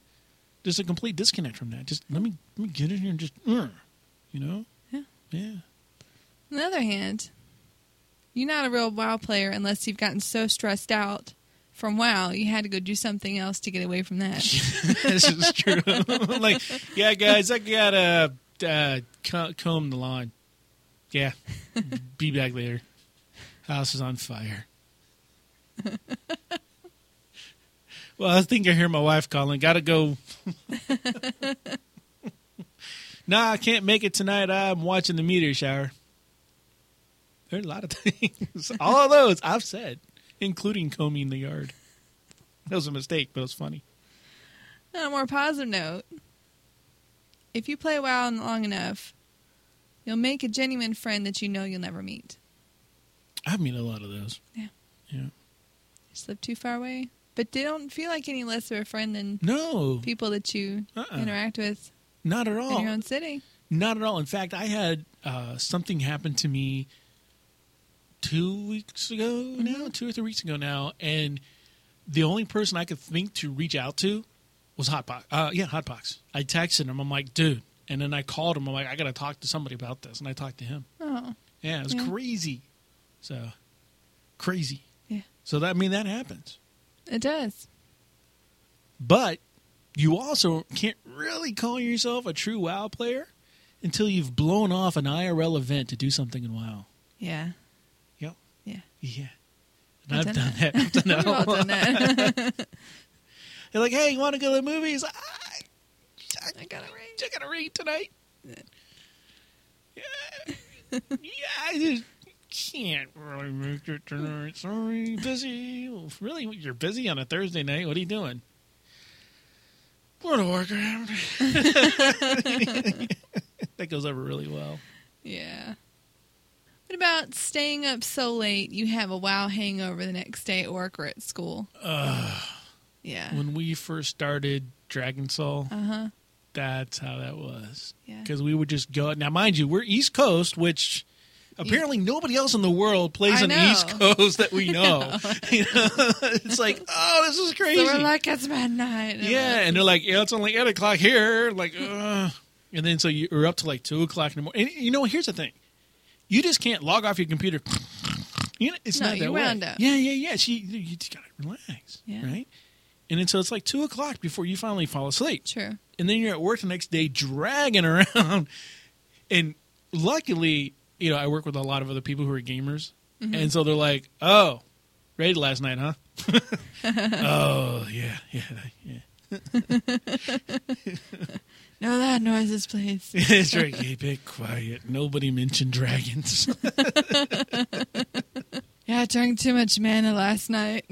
A: just a complete disconnect from that. Just let me let me get in here and just, uh, you know,
B: Yeah.
A: yeah,
B: On the other hand, you're not a real WoW player unless you've gotten so stressed out from WoW you had to go do something else to get away from that.
A: this is true. like, yeah, guys, I gotta uh, co- comb the lawn. Yeah, be back later. House is on fire. well, I think I hear my wife calling. Gotta go. nah, I can't make it tonight. I'm watching the meteor shower. There are a lot of things. All of those I've said, including combing the yard. That was a mistake, but it was funny.
B: On a more positive note, if you play WoW long enough, you'll make a genuine friend that you know you'll never meet.
A: I mean, a lot of those.
B: Yeah.
A: Yeah.
B: Just live too far away, but they don't feel like any less of a friend than
A: No,
B: people that you
A: Uh-uh.
B: interact with
A: not at
B: in your
A: all.
B: own city.
A: Not at all. In fact, I had uh, something happen to me two weeks ago now, two or three weeks ago now, and the only person I could think to reach out to was Hotbox. Uh, yeah, Hotbox. I texted him. I'm like, dude. And then I called him. I'm like, I got to talk to somebody about this. And I talked to him.
B: Oh,
A: Yeah, it was
B: Yeah.
A: crazy. So, crazy.
B: Yeah.
A: So, that, I mean, that happens.
B: it does.
A: But you also can't really call yourself a true WoW player until you've blown off an IRL event to do something in WoW.
B: Yeah.
A: Yep.
B: Yeah.
A: Yeah. And
B: I've
A: I've
B: done
A: done that. I've done that.
B: We've all done that.
A: They're like, hey, you want to go to the movies? I,
B: I got it right.
A: I got to read tonight. Yeah. yeah, I just can't really make it tonight. Sorry, busy. Well, really, you're busy on a Thursday night. What are you doing? World of Warcraft. that goes over really well.
B: Yeah. What about staying up so late you have a wow hangover the next day at work or at school? Ugh. Yeah.
A: When we first started Dragon Soul,
B: Uh huh.
A: that's how that was.
B: Yeah.
A: Because we would just go. Now, mind you, we're East Coast, which apparently nobody else in the world plays
B: E- I
A: on the East
B: know.
A: Coast that we know. You know? it's like, oh, this is
B: So
A: crazy.
B: we're like, it's midnight. And I'm
A: yeah,
B: like,
A: and they're like, yeah, it's only eight o'clock here. Like, ugh. and then so you're up to like two o'clock in the morning. And you know, here's the thing: you just can't log off your computer. You know, it's
B: No,
A: not that
B: you
A: way.
B: wound up.
A: Yeah, yeah, yeah. She, you just gotta relax,
B: Yeah.
A: right? And then so it's like two o'clock before you finally fall asleep
B: True.
A: and then you're at work the next day dragging around. And luckily, you know, I work with a lot of other people who are gamers,
B: Mm-hmm.
A: and so they're like, "Oh, raid last night, huh?" oh yeah, yeah, yeah.
B: No loud noises, please.
A: it's right. Keep it quiet. Nobody mentioned dragons.
B: yeah, I drank too much mana last night.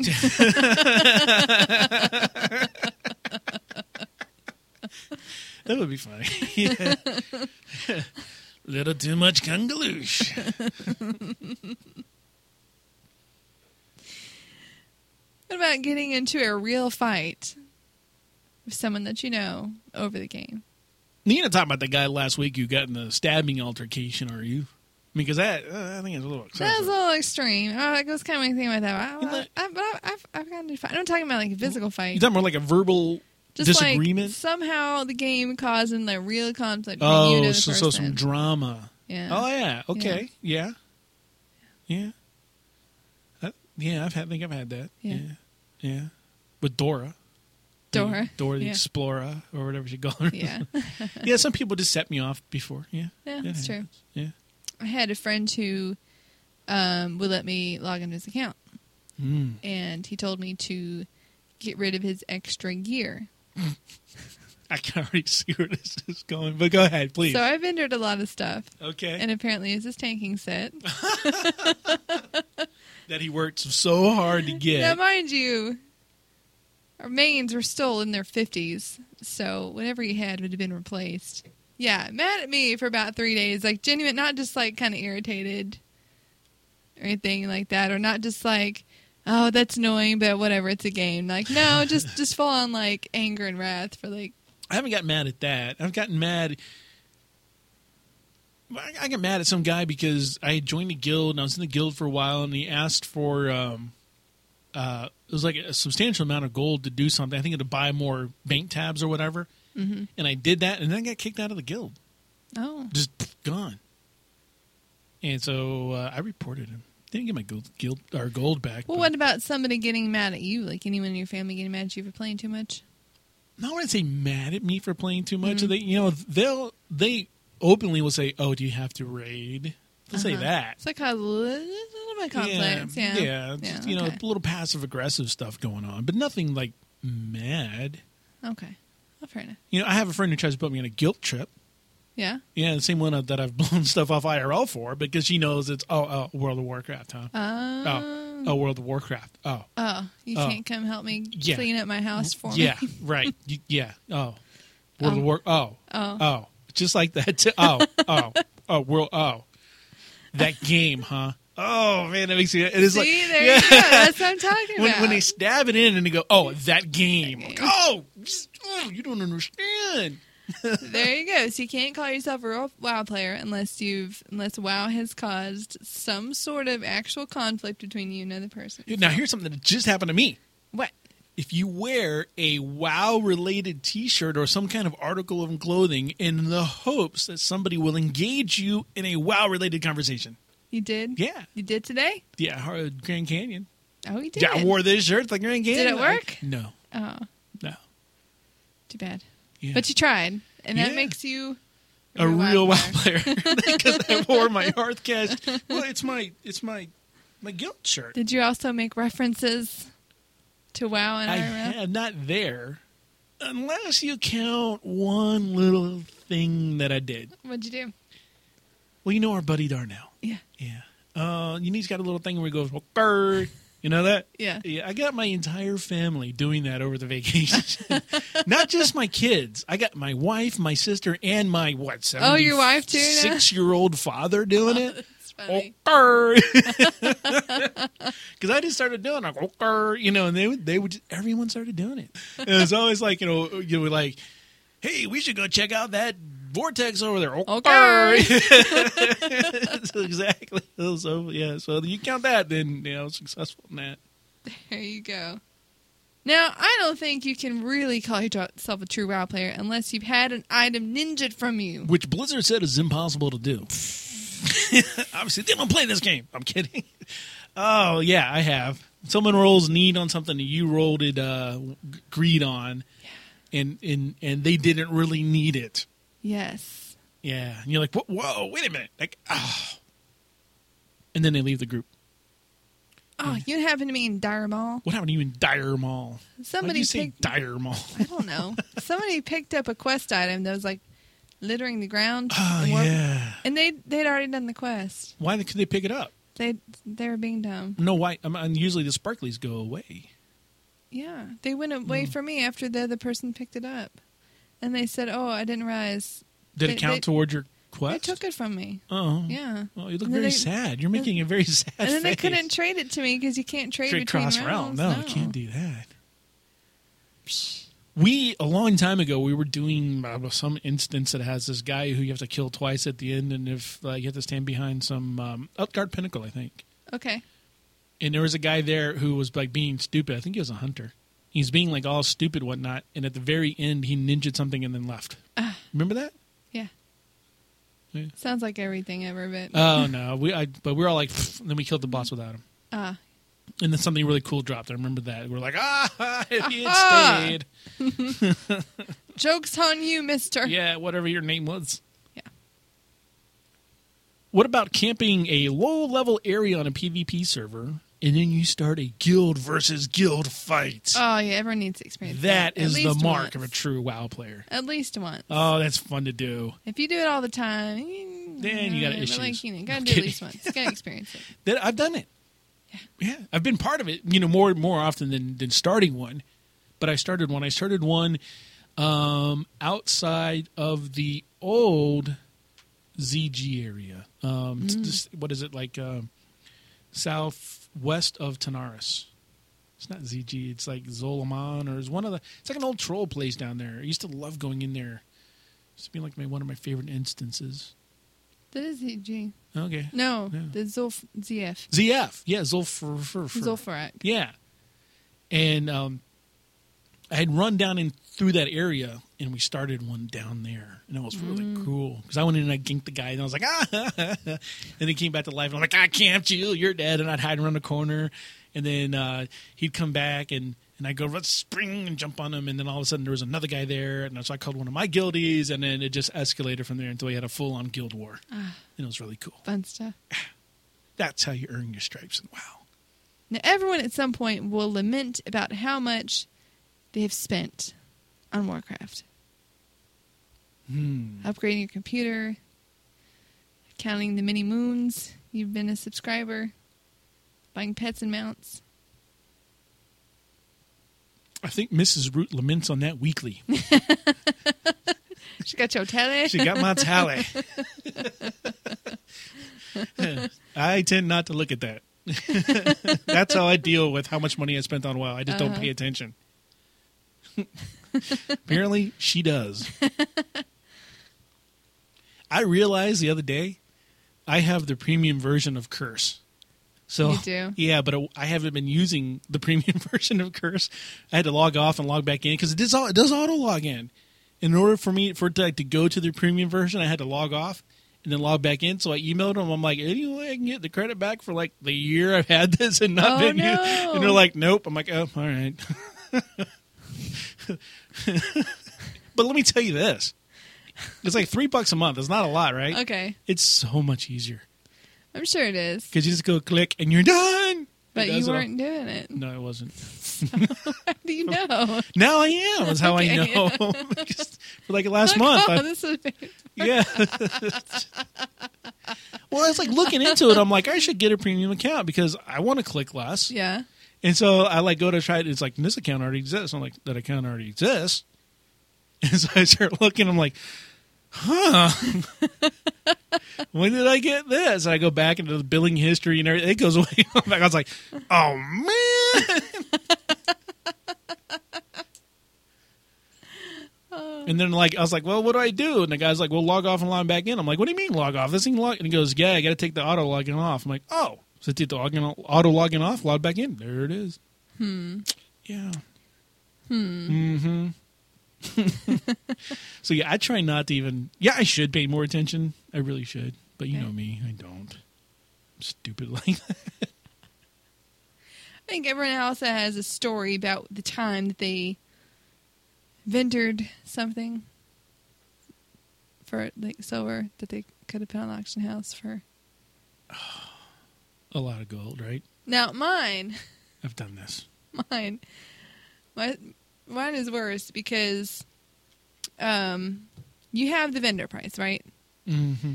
A: that would be funny. Yeah. Little too much gungaloosh.
B: what about getting into a real fight with someone that you know over the game?
A: You're not talking about the guy last week you got in the stabbing altercation, are you? I mean, because that uh, I think it's a little
B: That
A: excessive.
B: was a little extreme. Oh, like, was kind of thinking about that.
A: You
B: I,
A: know-
B: I, I, but I, I've, I've gotten into fight. I'm talking about like a physical
A: You're
B: fight.
A: talking more like a verbal disagreement.
B: Like, somehow the game causing like real conflict. between you and
A: oh,
B: the
A: so, so some
B: person.
A: drama.
B: yeah.
A: Oh yeah. Okay. Yeah. Yeah. Uh, yeah. I've had. I think I've had that.
B: Yeah.
A: Yeah. Yeah. With Dora. The-
B: Dora.
A: Dora the
B: Yeah.
A: Explorer, or whatever she called her.
B: yeah.
A: yeah. Some people just set me off before. Yeah.
B: Yeah,
A: It
B: that's true.
A: happens. Yeah.
B: I had a friend who um, would let me log into his account,
A: Mm.
B: and he told me to get rid of his extra gear.
A: I can already see where this is going, but go ahead, please.
B: So I've entered a lot of stuff,
A: okay.
B: and apparently it's this tanking set.
A: that he worked so hard to get.
B: Now, mind you, our mains were still in their 50s, so whatever he had would have been replaced. Yeah, mad at me for about three days. Like, genuine, not just like kind of irritated or anything like that, or not just like, oh, that's annoying, but whatever, it's a game. Like, no, just just full on like anger and wrath for like,
A: I haven't gotten mad at that. I've gotten mad. I I got mad at some guy because I had joined a guild and I was in the guild for a while, and he asked for um, uh, it was like a substantial amount of gold to do something. I think it to buy more bank tabs or whatever.
B: Mm-hmm.
A: And I did that, and then I got kicked out of the guild,
B: oh,
A: just pff, gone. And so uh, I reported him. Didn't get my gold, guild or gold back.
B: well,
A: but-
B: what about somebody getting mad at you? Like anyone in your family getting mad at you for playing too much?
A: not when I say mad at me for playing too much.
B: Mm-hmm.
A: They, you know, they'll they openly will say, "Oh, do you have to raid?" They'll say
B: Uh-huh.
A: that.
B: It's like a little bit complex, yeah,
A: yeah, just, you know,
B: okay.
A: a little passive aggressive stuff going on, but nothing like mad.
B: Okay. Well, fair enough.
A: You know, I have a friend who tries to put me on a guilt trip.
B: Yeah.
A: Yeah, the same one that I've blown stuff off IRL for because she knows it's oh, oh World of Warcraft, huh?
B: Um,
A: oh, oh, World of Warcraft. Oh,
B: oh, you
A: oh.
B: can't come help me
A: Yeah.
B: clean up my house for
A: yeah,
B: me.
A: right. Y- yeah. Oh, World
B: Oh.
A: of War. Oh,
B: Oh.
A: oh, just like that. Too. Oh, oh, oh, world. Oh, that game, huh? Oh man, that makes me. It is
B: See,
A: like
B: there
A: yeah.
B: you go. That's what I'm talking
A: When,
B: about.
A: when they stab it in and they go, oh, that game.
B: game.
A: Oh, just- oh, you don't understand.
B: there you go. So you can't call yourself a real WoW player unless you've unless WoW has caused some sort of actual conflict between you and another person.
A: Now here's something that just happened to me.
B: What?
A: If you wear a WoW related t shirt or some kind of article of clothing in the hopes that somebody will engage you in a WoW related conversation.
B: You did?
A: Yeah.
B: You did today?
A: Yeah, Har- Grand Canyon.
B: Oh, you did.
A: Yeah, I wore this shirt like Grand Canyon.
B: Did it work?
A: No,
B: Oh,
A: no.
B: too bad.
A: Yeah.
B: But you tried, and that
A: Yeah.
B: makes you
A: a real WoW player because I wore my Hearthcast. Well, it's my it's my my guilt shirt.
B: Did you also make references to WoW and
A: I
B: IRL?
A: had not there, unless you count one little thing that I did.
B: What'd you do?
A: Well, you know our buddy Darnell.
B: Yeah.
A: Yeah. Uh, you know he's got a little thing where he goes bird. You know that?
B: Yeah.
A: Yeah. I got my entire family doing that over the vacation. Not just my kids. I got my wife, my sister, and my what? 70,
B: Oh, your wife too now?
A: Six-year-old father doing it.
B: It's funny.
A: Okay. Because I just started doing it, like, okay, you know, and they would, they would, just, everyone started doing it. And it's always like, you know, you were like, hey, we should go check out that vortex over there.
B: Okay.
A: So exactly. So, yeah, so you count that, then, you know, successful in that.
B: There you go. Now, I don't think you can really call yourself a true WoW player unless you've had an item ninja from you.
A: Which Blizzard said is impossible to do. Obviously, they don't play this game. I'm kidding. Oh, yeah, I have. Someone rolls need on something that you rolled it uh, g- greed on, and, and, and they didn't really need it.
B: Yes.
A: Yeah. And you're like, whoa, whoa wait a minute. Like, oh. And then they leave the group.
B: Oh,
A: Mm.
B: you happened to me in Dire Mall.
A: What happened to you in Dire Mall? Why do
B: Somebody
A: you say
B: picked.
A: Dire Mall?
B: I don't know. Somebody picked up a quest item that was like littering the ground.
A: Oh,
B: and warp-
A: yeah.
B: And they they'd already done the quest.
A: Why could they pick it up?
B: They they were being dumb.
A: No, why? I mean, usually the sparklies go away.
B: Yeah, they went away
A: Mm.
B: from me after the other person picked it up, and they said, "Oh, I didn't realize
A: Did
B: They-
A: it count
B: they-
A: toward your quest?
B: they took it from me."
A: Oh.
B: Yeah.
A: Well, you look
B: And then
A: very
B: they-
A: sad. You're making a very sad
B: And then they
A: face.
B: couldn't trade it to me because you can't trade
A: Straight
B: between
A: cross
B: rounds.
A: No, you can't do that.
B: Psh,
A: we a long time ago we were doing uh, some instance that has this guy who you have to kill twice at the end, and if uh, you have to stand behind some um, Utgard pinnacle, I think.
B: Okay.
A: And there was a guy there who was like being stupid. I think he was a hunter. He's being like all stupid whatnot, and at the very end he ninjaed something and then left.
B: Ah.
A: Remember that?
B: Yeah.
A: Yeah.
B: Sounds like everything ever, but
A: Oh no, we I, but we were all like, "Pfft," and then we killed the boss without him.
B: Ah.
A: And then something really cool dropped. I remember that. We are like, ah, if he had
B: Aha!
A: stayed,
B: jokes on you, Mister.
A: yeah, whatever your name was.
B: Yeah.
A: What about camping a low-level area on a PvP server, and then you start a guild versus guild fight?
B: Oh yeah, everyone needs to experience that.
A: that
B: At
A: is the
B: least
A: mark of a
B: once.
A: true WoW player.
B: At least once.
A: Oh, that's fun to do.
B: If you do it all the time, you-
A: Then you got
B: but,
A: issues.
B: Like, you know, gotta
A: I'm
B: do it at
A: kidding.
B: least once. You gotta experience it.
A: That I've done it. Yeah. I've been part of it. You know, more more often than than starting one, but I started one. I started one um, outside of the old ZG area. Um, t- this- what is it like? Um, southwest of Tanaris. It's not ZG. It's like Zoloman or it's one of the. It's like an old troll place down there. I used to love going in there. It's been like my one of my favorite instances.
B: That is ZG.
A: Okay.
B: No,
A: Yeah.
B: the Zulf ZF.
A: ZF. Yeah, Zulfur.
B: Zulfarak.
A: Yeah. And um, I had run down in through that area, and we started one down there, and it was really cool because I went in and I ginked the guy, and I was like, ah, and he came back to life, and I'm like, I camped you, you're dead, and I'd hide around the corner, and then uh, he'd come back and. And I go, let's spring and jump on him. And then all of a sudden, there was another guy there. And so I called one of my guildies. And then it just escalated from there until we had a full on guild war. And it was really cool.
B: Fun stuff.
A: That's how you earn your stripes. And wow.
B: Now, everyone at some point will lament about how much they have spent on Warcraft.
A: Hmm.
B: Upgrading your computer, counting the many moons you've been a subscriber, buying pets and mounts.
A: I think Mrs. Root laments on that weekly.
B: She got your tele.
A: She got my tally. I tend not to look at that. That's how I deal with how much money I spent on WoW. I just
B: Uh-huh.
A: don't pay attention. Apparently, she does. I realized the other day I have the premium version of Curse. So
B: You do?
A: yeah, but it, I haven't been using the premium version of Curse. I had to log off and log back in because it does au- it does auto log in. In order for me for it to, like, to go to the premium version, I had to log off and then log back in. So I emailed them. I'm like, any way I can get the credit back for like the year I've had this and not
B: Oh,
A: been
B: no.
A: used? And they're like, nope. I'm like, oh, all right. but let me tell you this. It's like three bucks a month. It's not a lot, right?
B: okay,
A: It's so much easier
B: I'm sure it is,
A: because you just go click and you're done.
B: but
A: It
B: you
A: does it all-
B: weren't doing it.
A: No, it wasn't.
B: How do you know?
A: Now I am. Is how I
B: Okay.
A: know. Just for like last
B: Like,
A: month.
B: oh,
A: I-
B: this is
A: yeah. well, I was like looking into it. I'm like, I should get a premium account because I want to click less.
B: yeah.
A: And so I like go to try it. It's like this account already exists. I'm like that account already exists. And so I start looking. I'm like, huh? when did I get this? And I go back into the billing history and everything. It goes away. I'm like, I was like, oh man. And then like I was like, well, what do I do? And the guy's like, well, log off and log back in. I'm like, what do you mean log off? This thing log. And he goes, yeah, I got to take the auto logging off. I'm like, oh, so take the logging, auto logging off, log back in. There it is. Hmm. Yeah. Hmm. Hmm. Mm-hmm. so yeah, I try not to even. Yeah, I should pay more attention. I really should, but you know me, I don't. I'm stupid like that.
B: I think everyone also has a story about the time that they vendored something for like silver that they could have put on auction house for.
A: A lot of gold, right?
B: Now mine,
A: I've done this.
B: mine, my mine is worse because um, you have the vendor price, right?
A: Mm-hmm.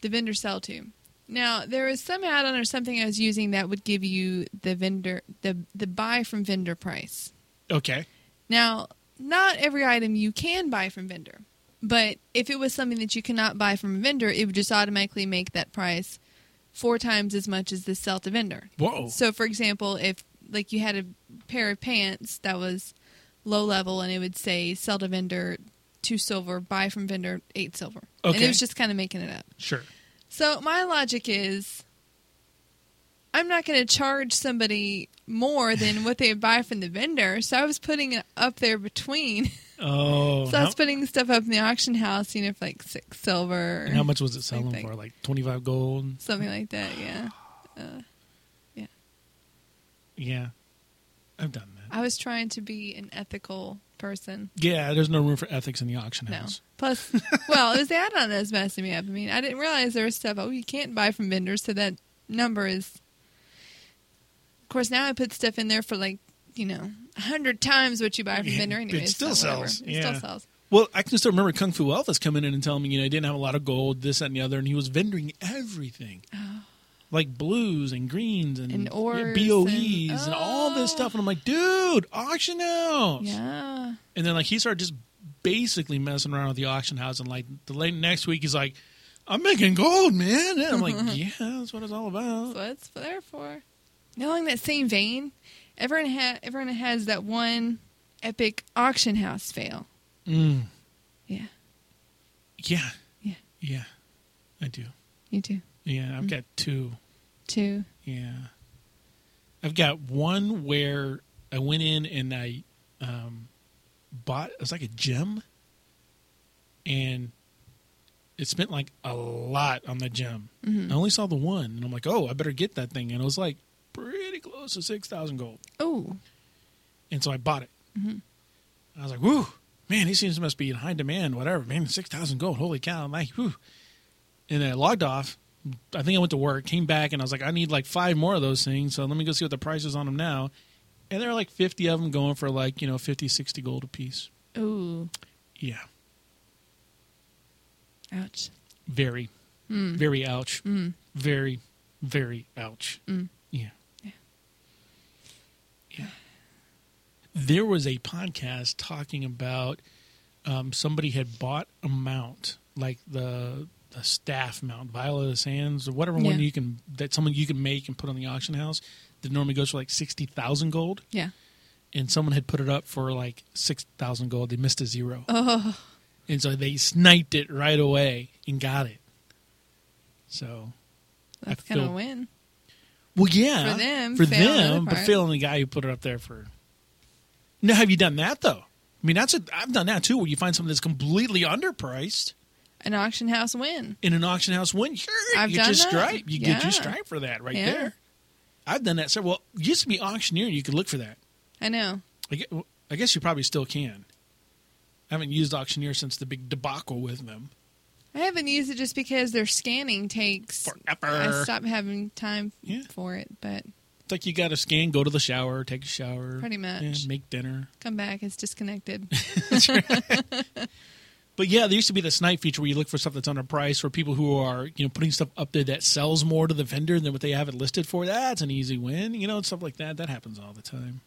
B: The vendor sell to. Now there was some add-on or something I was using that would give you the vendor the the buy from vendor price.
A: Okay.
B: Now, not every item you can buy from vendor, but if it was something that you cannot buy from a vendor, it would just automatically make that price four times as much as the sell to vendor.
A: Whoa.
B: So, for example, if like you had a pair of pants that was low level, and it would say sell to vendor two silver, buy from vendor eight silver. And
A: Okay.
B: it was just kind of making it up.
A: Sure.
B: So my logic is I'm not going to charge somebody more than what they would buy from the vendor. So I was putting it up there between.
A: Oh.
B: So I
A: how-
B: was putting stuff up in the auction house, you know, for like six silver.
A: and how much was it selling
B: Anything.
A: for? Like twenty five gold.
B: Something like that, yeah.
A: Yeah, I've done that.
B: I was trying to be an ethical person.
A: Yeah, there's no room for ethics in the auction
B: No.
A: house.
B: Plus, well, it was the add-on that was messing me up. I mean, I didn't realize there was stuff. Oh, you can't buy from vendors, so that number is. Of course, now I put stuff in there for like you know a hundred times what you buy from
A: Yeah,
B: vendor.
A: it
B: Anyway,
A: still
B: so whatever.
A: sells.
B: It
A: Yeah.
B: still sells.
A: Well, I can still remember Kung Fu Elvis coming in and telling me, you know, I didn't have a lot of gold, this, that, and the other, and he was vending everything. Like blues and greens and,
B: Oh. And
A: yeah,
B: ores
A: BOEs and,
B: and-
A: all this stuff. And I'm like, dude, auction house.
B: Yeah.
A: And then like he started just basically messing around with the auction house. And like the late next week, he's like, I'm making gold, man. And I'm like, yeah, that's what it's all
B: That's
A: about.
B: what it's there for. Now, along that same vein, everyone ha- everyone has that one epic auction house fail.
A: Mm.
B: Yeah,
A: Yeah.
B: Yeah.
A: Yeah. I do.
B: you do
A: Yeah. I've got two.
B: too.
A: Yeah. I've got one where I went in and I um, bought it was like a gem and it spent like a lot on the gem. I only saw the one and I'm like, "Oh, I better get that thing." And it was like pretty close to 6,000 gold.
B: Oh,
A: And so I bought it. I was like, "Woo, man, these things must be in high demand, whatever. Man, 6,000 gold. Holy cow." I'm like, "Whew." And I logged off. I think I went to work, came back, and I was like, I need like five more of those things. So let me go see what the price is on them now. And there were like 50 of them going for like, you know, 50, 60 gold apiece.
B: oh,
A: Yeah.
B: ouch.
A: Very, very ouch. Very, very ouch. Yeah. Yeah. There was a podcast talking about um, somebody had bought a mount, like the the staff mount, Viola Sands or whatever one
B: Yeah.
A: you can that someone you can make and put on the auction house that normally goes for like sixty thousand gold,
B: Yeah.
A: and someone had put it up for like six thousand gold. They missed a zero. Oh. And so they sniped it right away and got it. So
B: That's
A: I
B: kind of a
A: feel-
B: win.
A: well, yeah,
B: For them,
A: for
B: fail on the
A: them,
B: other
A: but
B: part.
A: failing the guy who put it up there for. Now, have you done that though? I mean, that's a, I've done that too, where you find something that's completely underpriced
B: An auction house win.
A: in an auction house win. Sure,
B: I've
A: you
B: done
A: just
B: that.
A: stripe. You get
B: Yeah.
A: your stripe for that right
B: Yeah.
A: there. I've done that. So, well, it used to be auctioneer. You could look for that.
B: I know.
A: I guess, I guess you probably still can. I haven't used auctioneer since the big debacle with them.
B: I haven't used it just because their scanning takes
A: Forever.
B: I stopped having time
A: Yeah.
B: for it, but
A: It's like you got to scan, go to the shower, take a shower,
B: Pretty much.
A: yeah, make dinner.
B: come back, it's disconnected.
A: But yeah, there used to be the snipe feature where you look for stuff that's underpriced for people who are, you know, putting stuff up there that sells more to the vendor than what they have it listed for. That's an easy win, you know, and stuff like that. That happens all the time.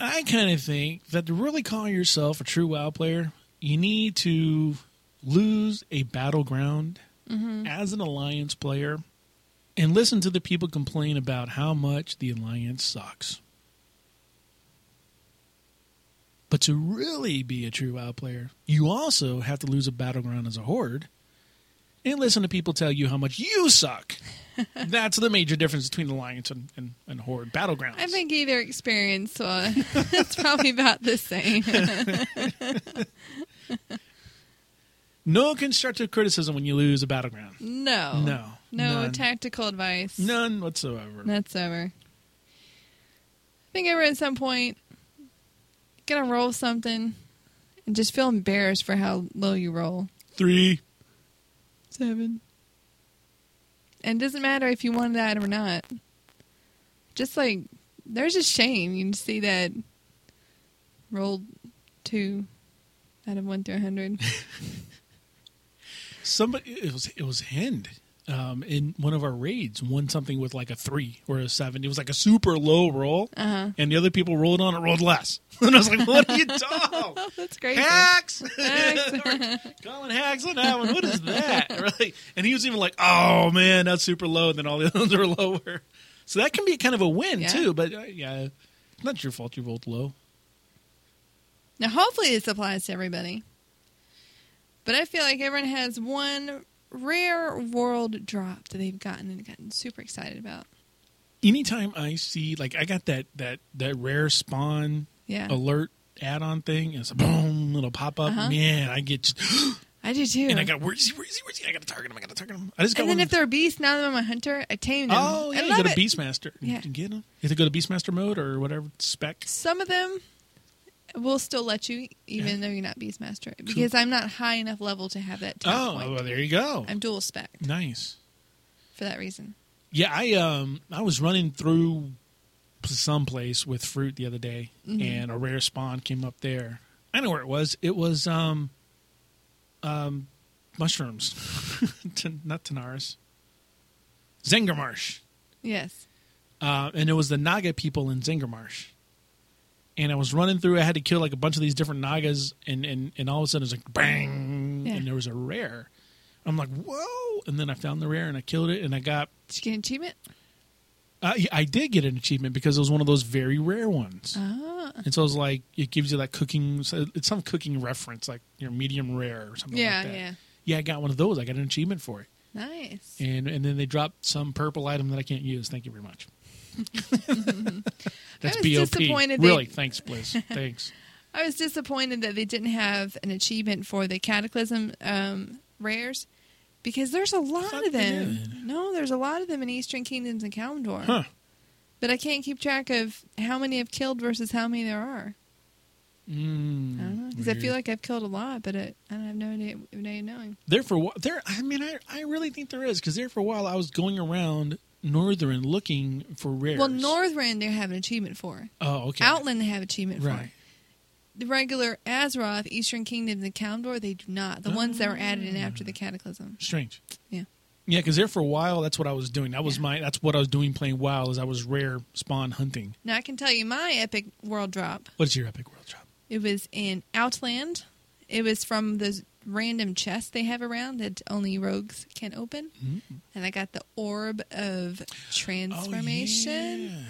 A: I kind of think that to really call yourself a true WoW player, you need to lose a battleground
B: Mm-hmm.
A: as an alliance player and listen to the people complain about how much the alliance sucks. But to really be a true WoW player, you also have to lose a battleground as a horde and listen to people tell you how much you suck. That's the major difference between alliance and, and, and horde battlegrounds.
B: I think either experience uh, it's probably about the same.
A: no constructive criticism when you lose a battleground.
B: No.
A: No.
B: No
A: None.
B: tactical advice.
A: None whatsoever.
B: That's over. I think I read at some point gonna roll something and just feel embarrassed for how low you roll.
A: Three.
B: Seven. And it doesn't matter if you wanted that or not. Just like there's a shame. You can see that rolled two out of one through a hundred.
A: Somebody it was it was Hind. Um, in one of our raids, won something with like a three or a seven. It was like a super low roll,
B: Uh-huh.
A: and the other people rolled on it, rolled less. and I was like, "What are you talking?
B: That's crazy.
A: Hacks,
B: Hacks.
A: Colin Hacks on that one. What is that? Really? And he was even like, "Oh man, that's super low." And then all the others are lower, so that can be kind of a win
B: Yeah.
A: too. But uh, yeah, it's not your fault you rolled low.
B: Now, hopefully, this applies to everybody. But I feel like everyone has one rare world drop that they've gotten and gotten super excited about.
A: Anytime I see, like, I got that that that rare spawn
B: Yeah.
A: alert add-on thing. and It's a boom, it'll pop up.
B: Uh-huh.
A: Man, I get, just,
B: I do too.
A: and I got where's he? Where's he? Where's he? I got to target him. I got to target him. I just got
B: and then
A: one.
B: if they're a beast, now that I'm a hunter, I tame them.
A: oh yeah,
B: I
A: you
B: love
A: got a
B: it.
A: Beastmaster. You
B: Yeah.
A: can get him. You have to go to Beastmaster mode or whatever spec.
B: Some of them will still let you,
A: Yeah.
B: even though you're not beastmaster, because I'm not high enough level to have that. Top
A: Oh,
B: point.
A: well, there you go.
B: I'm dual spec
A: nice.
B: for that reason.
A: Yeah, I um I was running through someplace with fruit the other day, and a rare spawn came up there. I know where it was. It was um um mushrooms, Ten- not Tanaris, Zengermarsh,
B: Yes.
A: uh, and it was the Naga people in Zengermarsh. And I was running through. I had to kill like a bunch of these different Nagas, and and and all of a sudden it was like bang,
B: Yeah.
A: and there was a rare. I'm like whoa, and then I found the rare and I killed it, and I got
B: Did you get an achievement?
A: uh, yeah, I did get an achievement because it was one of those very rare ones.
B: Ah.
A: And so it was like, it gives you that cooking, so it's some cooking reference, like you know, medium rare or something
B: Yeah,
A: like that.
B: yeah.
A: Yeah, I got one of those. I got an achievement for it.
B: Nice.
A: And and then they dropped some purple item that I can't use. Thank you very much. That's
B: I was
A: BOP.
B: disappointed they-
A: Really? Thanks, Bliss. Thanks.
B: I was disappointed that they didn't have an achievement for the Cataclysm um, rares because there's a lot
A: thought
B: of
A: they
B: them. No, there's a lot of them in Eastern Kingdoms and Kalimdor.
A: Huh.
B: But I can't keep track of how many I've killed versus how many there are. I don't know
A: Mm,
B: because I Uh, feel
A: weird.
B: like I've killed a lot, but it, I don't have no idea, no idea knowing.
A: there for a while, there. I mean, I, I really think there is because there for a while I was going around northern looking for rares.
B: Well, Northrend they have an achievement for.
A: Oh, okay.
B: Outland they have achievement for.
A: Right.
B: The regular Azeroth, Eastern Kingdoms, and Kalimdor they do not. The ones that were added in after the Cataclysm.
A: Strange.
B: Yeah.
A: Yeah, because there for a while, that's what I was doing. That was
B: Yeah.
A: my. That's what I was doing playing WoW. Is I was rare spawn hunting.
B: Now I can tell you my epic world drop.
A: What's your epic world job?
B: It was in Outland. It was from those random chests they have around that only rogues can open. And I got the orb of
A: Oh,
B: transformation.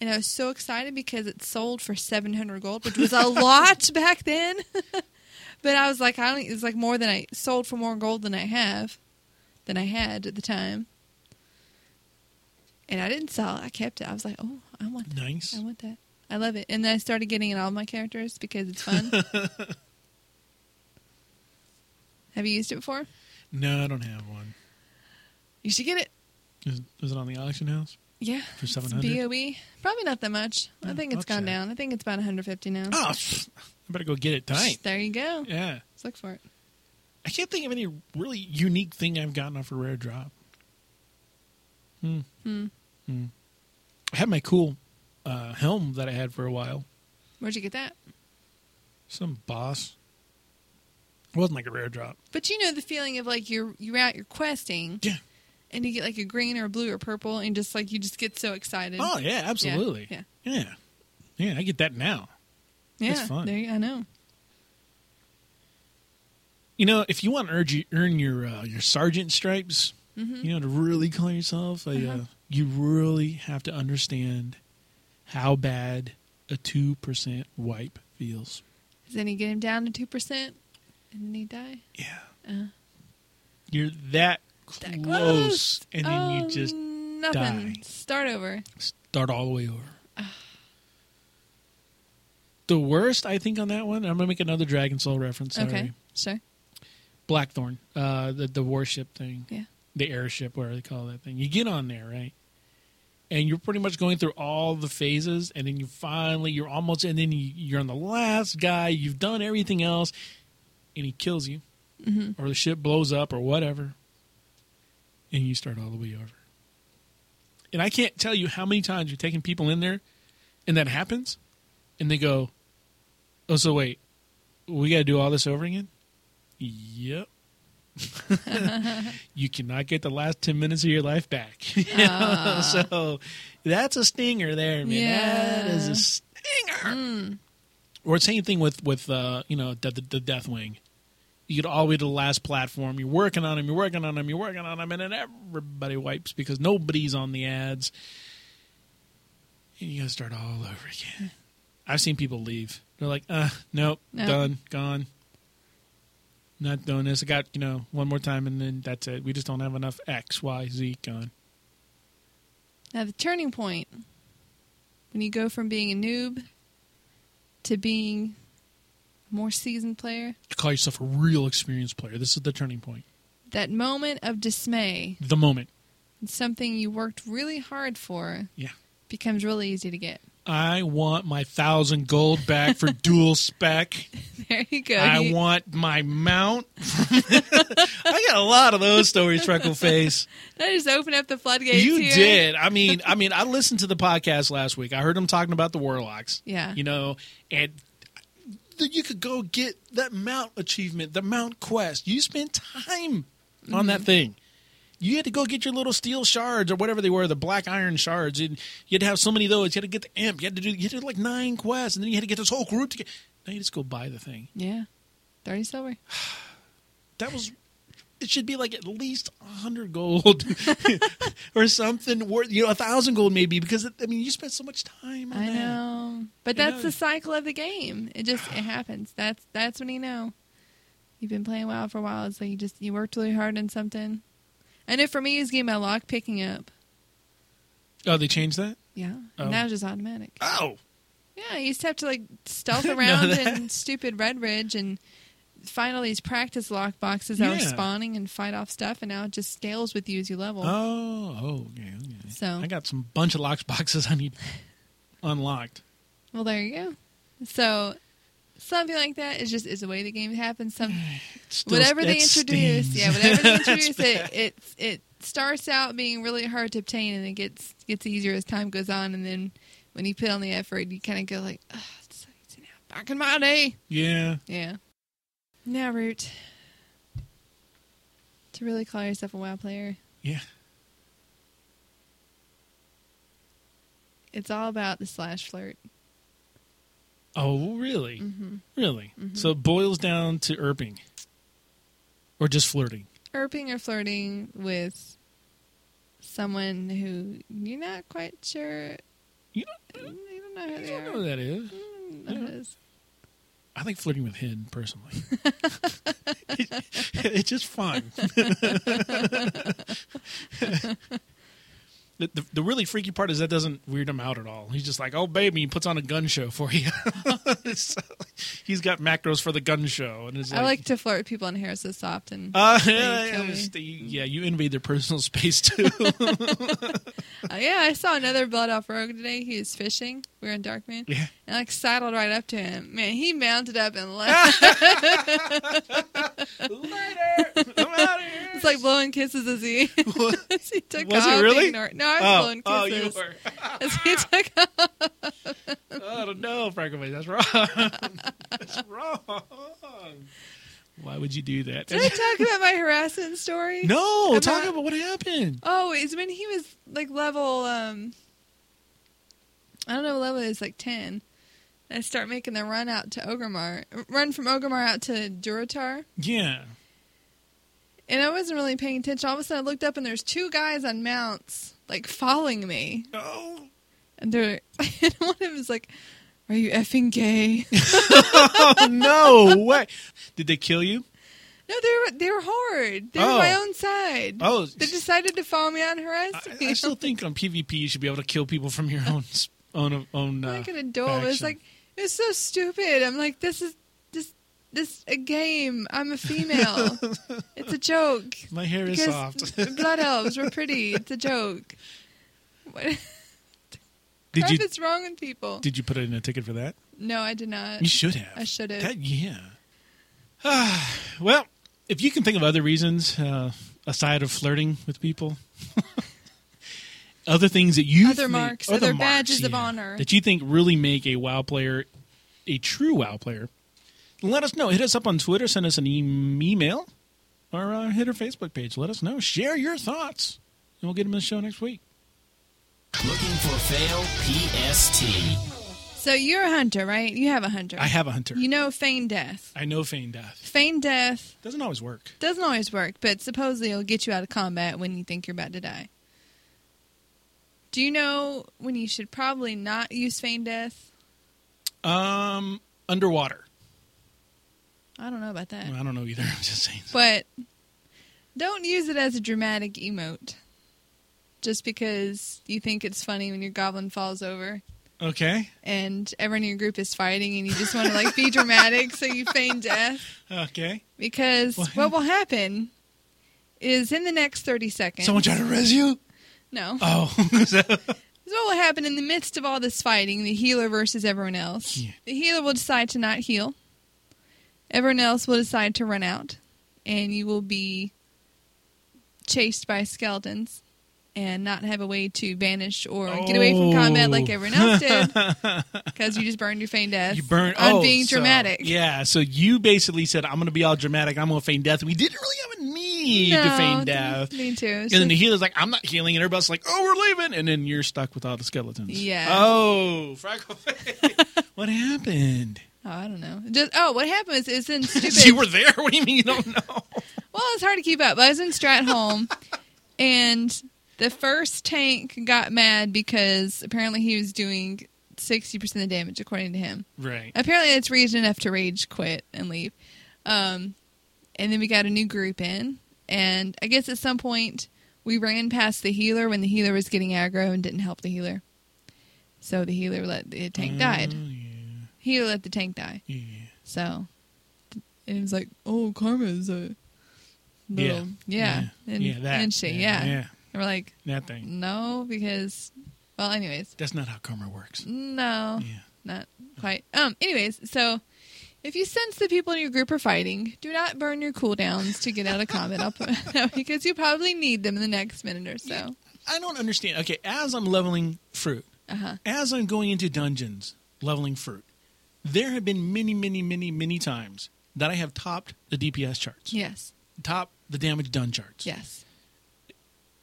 B: And I was so excited because it sold for 700 gold, which was a lot back then. but I was like, I don't, it was like more than I sold for more gold than I have, than I had at the time. And I didn't sell it. I kept it. I was like, oh, I want that.
A: Nice.
B: I want that. I love it. And then I started getting it all my characters because it's fun. Have you used it before?
A: No, I don't have one.
B: You should get it.
A: Is, is it on the auction house?
B: Yeah.
A: For
B: It's
A: 700?
B: BOE. Probably not that much. I
A: Oh,
B: think it's
A: okay.
B: gone down. I think it's about 150 now.
A: Oh, I better go get it tonight.
B: There you go.
A: Yeah,
B: Let's look for it.
A: I can't think of any really unique thing I've gotten off a rare drop. Hmm.
B: Hmm.
A: Hmm. I had my cool uh, helm that I had for a while.
B: Where'd you get that?
A: Some boss. It wasn't like a rare drop.
B: But you know the feeling of like you're you're out, you're questing,
A: Yeah.
B: and you get like a green or a blue or purple, and just like you just get so excited.
A: Oh yeah,
B: Yeah,
A: absolutely.
B: Yeah.
A: Yeah. Yeah, I get that now.
B: Yeah.
A: That's fun.
B: There you, I know.
A: You know, if you want to urge, earn your uh, your sergeant stripes,
B: Mm-hmm.
A: you know, to really call yourself, a,
B: Uh-huh.
A: uh, you really have to understand how bad a two percent wipe feels.
B: Because then you get him down to 2%, and then he die.
A: Yeah,
B: Uh.
A: you're that close,
B: That
A: and then
B: Oh,
A: you just
B: nothing.
A: die.
B: Start over.
A: start all the way over.
B: Ah.
A: The worst, I think, on that one. I'm gonna make another Dragon Soul reference. Sorry.
B: Okay, sure.
A: Blackthorn, uh, the the warship thing,
B: Yeah.
A: the airship, whatever they call that thing. You get on there, right? And you're pretty much going through all the phases, and then you finally you're almost, and then you, you're on the last guy. You've done everything else, and he kills you, or the ship blows up, or whatever, and you start all the way over. And I can't tell you how many times you're taking people in there, and that happens, and they go, "Oh, so wait, we got to do all this over again." Yep. you cannot get the last 10 minutes of your life back. You know? So that's a stinger there, man. That is
B: Yeah.
A: a stinger. Or same thing with, with uh, you know, the, the, the Deathwing. You get all the way to the last platform. You're working on him, you're working on him, you're working on him, and then everybody wipes because nobody's on the ads. And you got to start all over again. I've seen people leave They're like, uh, nope,
B: No.
A: done, gone. Not doing this. I got, you know, one more time and then that's it. We just don't have enough X, Y, Z gone.
B: Now, the turning point when you go from being a noob to being a more seasoned player,
A: You call yourself a real experienced player. This is the turning point.
B: that moment of dismay,
A: The moment.
B: something you worked really hard for,
A: Yeah.
B: becomes really easy to get.
A: I want my thousand gold back for dual spec.
B: There you go.
A: I
B: You-
A: want my mount. I got a lot of those stories, Freckleface.
B: Did I just open up the floodgates.
A: You
B: here?
A: did. I mean, I mean, I listened to the podcast last week. I heard them talking about the Warlocks.
B: Yeah.
A: you know, and th- you could go get that mount achievement, the mount quest. You spent time on
B: Mm-hmm.
A: that thing. You had to go get your little steel shards or whatever they were, the black iron shards, and you had to have so many of those. You had to get the imp. You had to do. You had to do like nine quests, and then you had to get this whole group to get. Now you just go buy the thing.
B: Yeah. 30 silver.
A: That was. It should be like at least hundred gold, or something. Worth you know, a thousand gold maybe because it, I mean, you spent so much time. on
B: I
A: that.
B: know. But
A: You
B: that's
A: know-
B: the cycle of the game. It just it happens. That's that's when you know. You've been playing WoW for a while, it's like you just you worked really hard on something. I know for me it's getting my lock picking up.
A: Oh, they changed that.
B: Yeah.
A: Oh.
B: Now it's just automatic.
A: Oh,
B: Yeah, you used to have to like stealth
A: Know
B: around
A: that.
B: in stupid Red Ridge and find all these practice lock boxes that were
A: Yeah.
B: spawning and fight off stuff and now it just scales with you as you level.
A: oh, oh, okay, okay.
B: So-
A: I got some bunch of locked boxes I need unlocked.
B: Well, there you go. So something like that is just is the way the game happens. Some
A: It still-
B: whatever
A: it
B: they introduce,
A: stings.
B: yeah, whatever they introduce, it it it starts out being really hard to obtain, and it gets gets easier as time goes on. And then when you put on the effort, you kind of go like, oh, it's, it's now back in my day,
A: yeah,
B: yeah. Now, root to really call yourself a WoW player,
A: yeah.
B: it's all about the slash flirt.
A: Oh, really?
B: Mm-hmm.
A: Really? So it boils down to irping, or just flirting.
B: Irping or flirting with someone who you're not quite sure.
A: You
B: You don't know who
A: I
B: they
A: don't
B: are.
A: know what that is.
B: Mm, that is.
A: I like flirting with him personally. It- it's just fun. The, the, the really freaky part is that doesn't weird him out at all. He's just like, oh, baby, he puts on a gun show for you. It's like- he's got macros for the gun show. And it's like,
B: I like to flirt with people on Harris so often.
A: Uh, yeah,
B: They
A: yeah,
B: kill me.
A: it's the- yeah, you invade their personal space too.
B: Uh, yeah, I saw another blood off rogue today. He was fishing. We were in Darkman.
A: yeah.
B: And I like, sidled right up to him. Man, he mounted up and left.
A: Later. I'm outta here.
B: it's like blowing kisses as he, as he took
A: Was it
B: off.
A: really?
B: Ignored. No, I was
A: Oh,
B: blowing
A: oh, you
B: kisses.
A: were.
B: As he took off.
A: I don't know, Franklin. That's wrong. That's wrong. Why would you do that?
B: Did I talk about my harassment story?
A: no,
B: I'm
A: talk
B: not-
A: about what happened.
B: Oh, it's when he was like level um I don't know what level it is, like ten. I start making the run out to Ogremar. Run from Ogremar out to Duratar.
A: Yeah.
B: And I wasn't really paying attention. All of a sudden I looked up and there's two guys on mounts, like following me.
A: Oh.
B: And they're and one of them is like, Are you effing gay?
A: Oh, no way. Did they kill you?
B: no, they were they were hard. They were
A: Oh.
B: my own side.
A: Oh.
B: They decided to follow me out and harass
A: I,
B: me.
A: I still think on PvP you should be able to kill people from your own s- own own. Uh,
B: like an adult. It's
A: faction.
B: like it's so stupid. I'm like, this is this this a game. I'm a female. it's a joke.
A: my hair is soft.
B: blood elves were pretty. It's a joke.
A: Did
B: What crap
A: you
B: is wrong with people?
A: did you put in a ticket for that?
B: no, I did not.
A: You should have.
B: I should have.
A: That- yeah. Ah, well, if you can think of other reasons uh, aside of flirting with people, other things that you
B: Other
A: think-
B: marks, other badges of honor.
A: that you think really make a WoW player a true WoW player, let us know. Hit us up on Twitter, send us an e- email, or uh, hit our Facebook page. Let us know. Share your thoughts, and we'll get them in the show next week.
D: Looking for fail PST.
B: So you're a hunter, right? You have a hunter.
A: I have a hunter.
B: You know, feign death.
A: I know feign death
B: Feign death
A: doesn't always work.
B: doesn't always work, but supposedly it'll get you out of combat when you think you're about to die. Do you know when you should probably not use feign death?
A: Um, underwater.
B: I don't know about that.
A: I don't know either. I'm just saying.
B: But don't use it as a dramatic emote. Just because you think it's funny when your goblin falls over
A: Okay.
B: and everyone in your group is fighting and you just want to like be dramatic so you feign death.
A: Okay.
B: Because
A: What?
B: what? will happen is in the next 30 seconds.
A: Someone try to res you?
B: No.
A: Oh.
B: So what will happen in the midst of all this fighting, the healer versus everyone else?
A: Yeah.
B: The healer will decide to not heal. Everyone else will decide to run out, and you will be chased by skeletons and not have a way to vanish or get away from combat like
A: Oh.
B: everyone else did because you just burned your feigned death.
A: you burn.
B: I'm
A: oh,
B: being
A: so-
B: dramatic.
A: yeah. So you basically said, I'm going to be all dramatic. I'm going to feign death. We didn't really have a need to
B: No,
A: feign death.
B: Me too. It's
A: And then the
B: just-
A: healer's like, I'm not healing. And everybody's like, oh, we're leaving. And then you're stuck with all the skeletons.
B: Yeah.
A: Oh, Fraggle Fay. what happened?
B: oh, I don't know. Just oh, what happens is in stupid.
A: You were there. What do you mean you don't know?
B: Well, it's hard to keep up. I was in Stratholm, and the first tank got mad because apparently he was doing 60% of the damage, according to him.
A: Right.
B: Apparently, it's reason enough to rage quit and leave. Um, and then we got a new group in, and I guess at some point we ran past the healer when the healer was getting aggro and didn't help the healer. So the healer let the tank died.
A: Mm.
B: Healer let the tank
A: Oh,
B: die.
A: Yeah.
B: So, and it was like, oh, karma is a
A: Yeah.
B: little, yeah, and
A: yeah, that.
B: and shit,
A: yeah.
B: yeah. And we're like,
A: That thing.
B: no, because, well, anyways,
A: That's not how karma works.
B: no,
A: Yeah.
B: not quite. Um, anyways, so if you sense the people in your group are fighting, do not burn your cooldowns to get out of combat. I'll put, because you probably need them in the next minute or so.
A: I don't understand. Okay, as I'm leveling fruit,
B: Uh-huh.
A: as I'm going into dungeons leveling fruit, there have been many, many, many, many times that I have topped the DPS charts,
B: Yes,
A: top the damage done charts,
B: yes,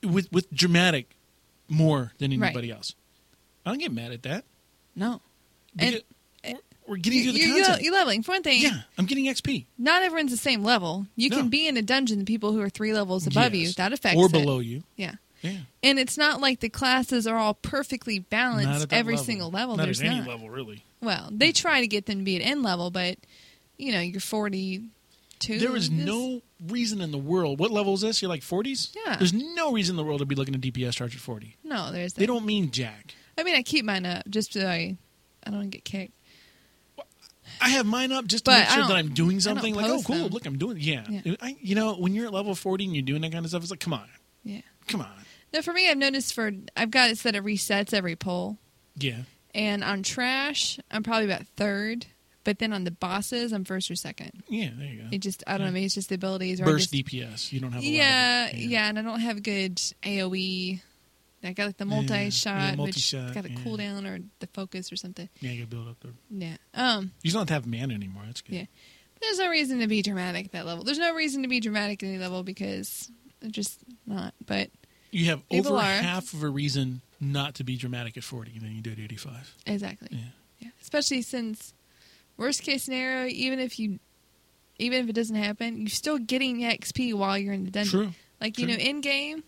A: with with dramatic more than
B: Right.
A: anybody else. I don't get mad at that.
B: no,
A: Because we're, we're getting
B: you,
A: to the
B: you-
A: content.
B: you're leveling. For one thing,
A: yeah, I'm getting XP.
B: not everyone's the same level. You
A: No.
B: can be in a dungeon with people who are three levels above
A: Yes.
B: you. That affects
A: or
B: it.
A: below you.
B: Yeah.
A: Yeah,
B: And it's not like the classes are all perfectly
A: Not
B: balanced
A: at that
B: every
A: level.
B: single level.
A: Not
B: There's
A: at any
B: not.
A: level really.
B: Well, they try to get them to be at end level, but you know, you're 42.
A: There is
B: I guess?
A: no reason in the world. What level is this? You're like 40s?
B: Yeah.
A: There's no reason in the world to be looking at DPS charge at 40.
B: No, there's.
A: They don't mean jack.
B: I mean, I keep mine up just so I, I don't get kicked.
A: I have mine up just to
B: But
A: make
B: I
A: sure that
B: don't-
A: I'm doing
B: I don't
A: something. Like, oh,
B: post
A: cool.
B: them.
A: Look, I'm doing. Yeah.
B: Yeah.
A: I, you know, when you're at level 40 and you're doing that kind of stuff, it's like, come on,
B: Yeah.
A: come on.
B: No, for me, I've noticed for I've got it set it resets every poll,
A: Yeah.
B: and on trash, I'm probably about third, but then on the bosses, I'm first or second.
A: Yeah. There you go.
B: It just I don't know. Maybe it's just the abilities. Or I
A: Burst
B: just-
A: DPS. You don't have. A
B: yeah,
A: lot of it.
B: yeah, and I don't have good AOE. I got like the
A: yeah,
B: multi shot, which
A: multi-shot,
B: got a
A: yeah.
B: cooldown or the focus or something.
A: Yeah, you gotta build up there.
B: Yeah. Um.
A: You don't have mana anymore. That's good.
B: Yeah. There's no reason to be dramatic at that level. There's no reason to be dramatic at any level because they're just not. But
A: You have
B: People
A: over
B: are.
A: half of a reason not to be dramatic at 40 than you do at 85.
B: exactly.
A: Yeah.
B: yeah. Especially since worst case scenario, even if you, even if it doesn't happen, you're still getting XP while you're in the dungeon.
A: True.
B: Like
A: True.
B: you know, in game,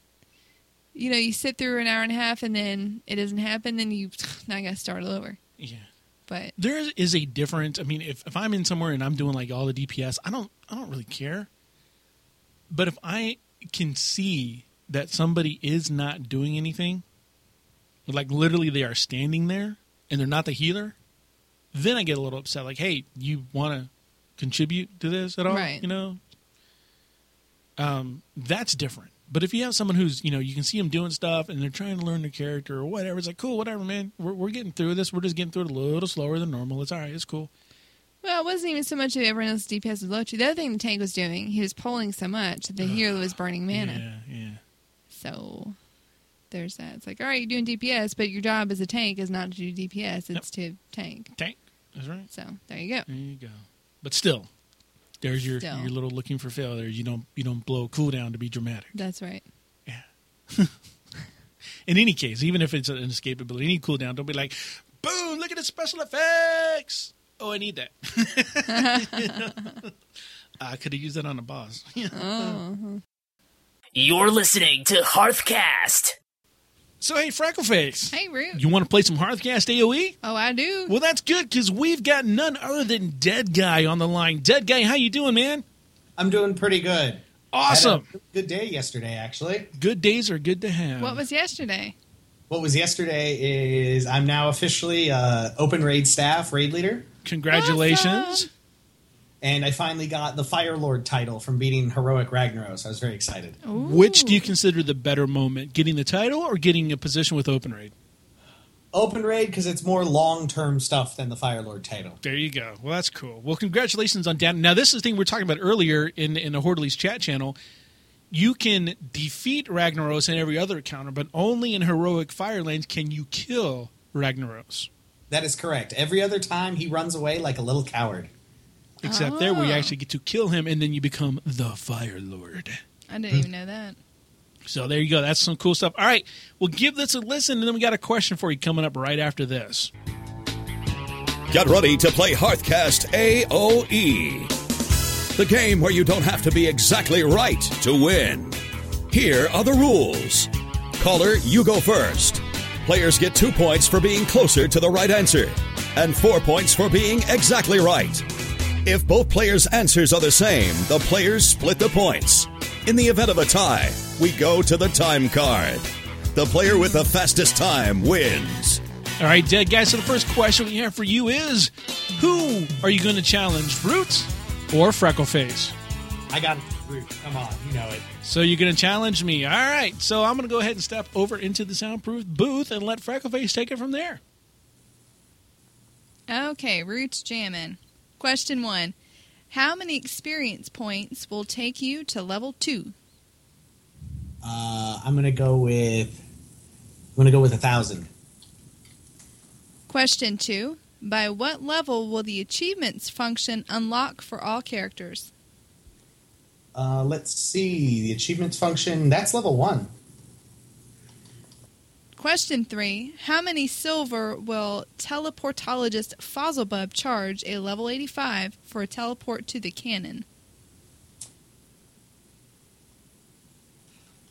B: you know, you sit through an hour and a half, and then it doesn't happen. Then you now you got to start all over.
A: Yeah.
B: But
A: there is- is a difference. I mean, if, if I'm in somewhere and I'm doing like all the DPS, I don't I don't really care. But if I can see that somebody is not doing anything, like literally they are standing there and they're not the healer, then I get a little upset. Like, hey, you want to contribute to this at all?
B: Right.
A: You know, um, that's different. But if you have someone who's, you know, you can see them doing stuff and they're trying to learn their character or whatever, it's like, cool, whatever, man. We're, we're getting through this. We're just getting through it a little slower than normal. It's all right. It's cool.
B: well, it wasn't even so much that everyone else's DPS was low. too. The other thing the tank was doing, he was pulling so much that the hero was burning mana.
A: Yeah, yeah.
B: So there's that. It's like, all right, you're doing DPS, but your job as a tank is not to do DPS, it's to tank.
A: Tank. That's right.
B: So there you go.
A: There you go. But still, there's your,
B: Still.
A: your little looking for failure. You don't you don't blow a cooldown to be dramatic.
B: That's right.
A: In any case, even if it's an escapability, any cooldown, don't be like, boom, look at the special effects. Oh, I need that. I could have used that on a boss.
B: Oh,
D: You're listening to Hearthcast.
A: So hey, Freckleface,
B: Hey, Root.
A: you want to play some Hearthcast AOE?
B: oh, I do.
A: Well, that's good because we've got none other than Dead Guy on the line. Dead Guy, how you doing, man?
E: I'm doing pretty good.
A: Awesome.
E: Had a good day yesterday, actually.
A: Good days are good to have.
B: What was yesterday?
E: What was yesterday is I'm now officially uh, open raid staff raid leader,
A: Congratulations.
B: Awesome.
E: and I finally got the Fire Lord title from beating heroic Ragnaros. I was very excited.
A: Oh. Which do you consider the better moment, getting the title or getting a position with Open Raid?
E: Open raid because it's more long term stuff than the Fire Lord title.
A: There you go. Well, that's cool. Well, congratulations on down. Now, this is the thing we were talking about earlier in in the Hordley's chat channel. You can defeat Ragnaros in every other encounter, but only in heroic fire lanes can you kill Ragnaros.
E: That is correct. Every other time he runs away like a little coward.
A: Except there, where you
B: Oh.
A: actually get to kill him, and then you become the Fire Lord.
B: I
A: Hmm.
B: didn't even know that.
A: So there you go. That's some cool stuff. All right, well, give this a listen, and then we got a question for you coming up right after this.
F: Get ready to play Hearthcast AOE, E. the game where you don't have to be exactly right to win. Here are the rules Caller, you go first. Players get two points for being closer to the right answer, and four points for being exactly right. If both players' answers are the same, the players split the points. In the event of a tie, we go to the time card. The player with the fastest time wins.
A: All right, dead guys. So the first question we have for you is, who are you going to challenge, Fruit or Freckleface?
E: I got Root. Come on, you know it.
A: So you're going to challenge me. All right. So I'm going to go ahead and step over into the soundproof booth and let Freckleface take it from there.
B: Okay, Root's jamming. Question one How many experience points will take you to level two?
E: Uh, I'm gonna go with I'm gonna go with a thousand.
B: Question two By what level will the achievements function unlock for all characters?
E: Uh, let's see the achievements function. That's level one.
B: Question three How many silver will teleportologist Fuzzlebub charge a level 85 for a teleport to the cannon?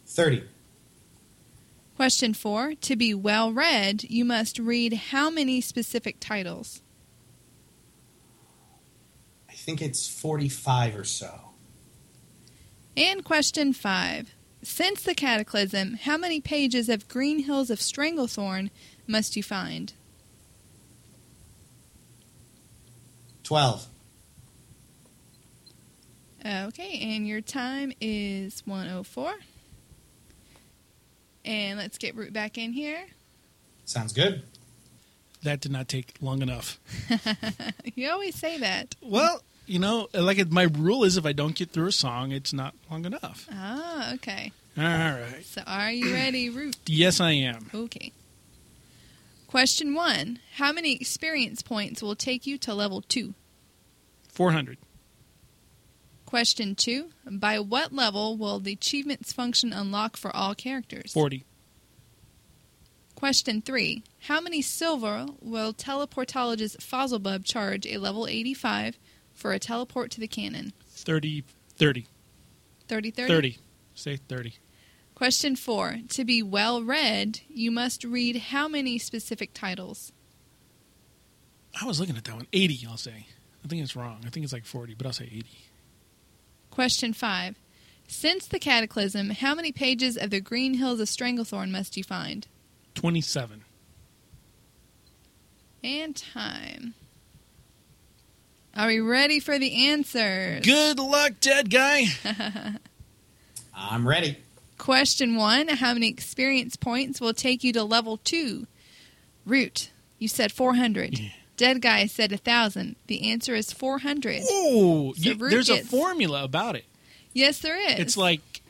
E: Thirty.
B: Question four To be well read, you must read how many specific titles?
E: I think it's 45 or so.
B: And question five. Since the cataclysm, how many pages of Green Hills of Stranglethorn must you find?
E: 12.
B: Okay, and your time is 104. And let's get Root back in here.
E: Sounds good.
A: That did not take long enough.
B: You always say that.
A: Well, you know, like it- my rule is if I don't get through a song, it's not long enough.
B: Ah, okay.
A: All right.
B: So are you ready, Root?
A: Yes, I am.
B: Okay. Question one How many experience points will take you to level two?
A: 400.
B: Question two By what level will the achievements function unlock for all characters?
A: 40.
B: Question three How many silver will teleportologist Fuzzlebub charge a level 85 for a teleport to the cannon?
A: 30. 30.
B: 30 30.
A: 30. Say 30.
B: Question four To be well read, you must read how many specific titles?
A: I was looking at that one. 80, I'll say. I think it's wrong. I think it's like 40, but I'll say 80.
B: Question five Since the cataclysm, how many pages of the Green Hills of Stranglethorn must you find?
A: 27.
B: And time. Are we ready for the answers?
A: Good luck, dead guy.
E: I'm ready.
B: Question one How many experience points will take you to level two? Root, you said 400.
A: Yeah.
B: Dead guy said 1,000. The answer is 400.
A: Oh,
B: So
A: you-
B: Root
A: there's a
B: gets-
A: formula about it.
B: Yes, there is.
A: It's like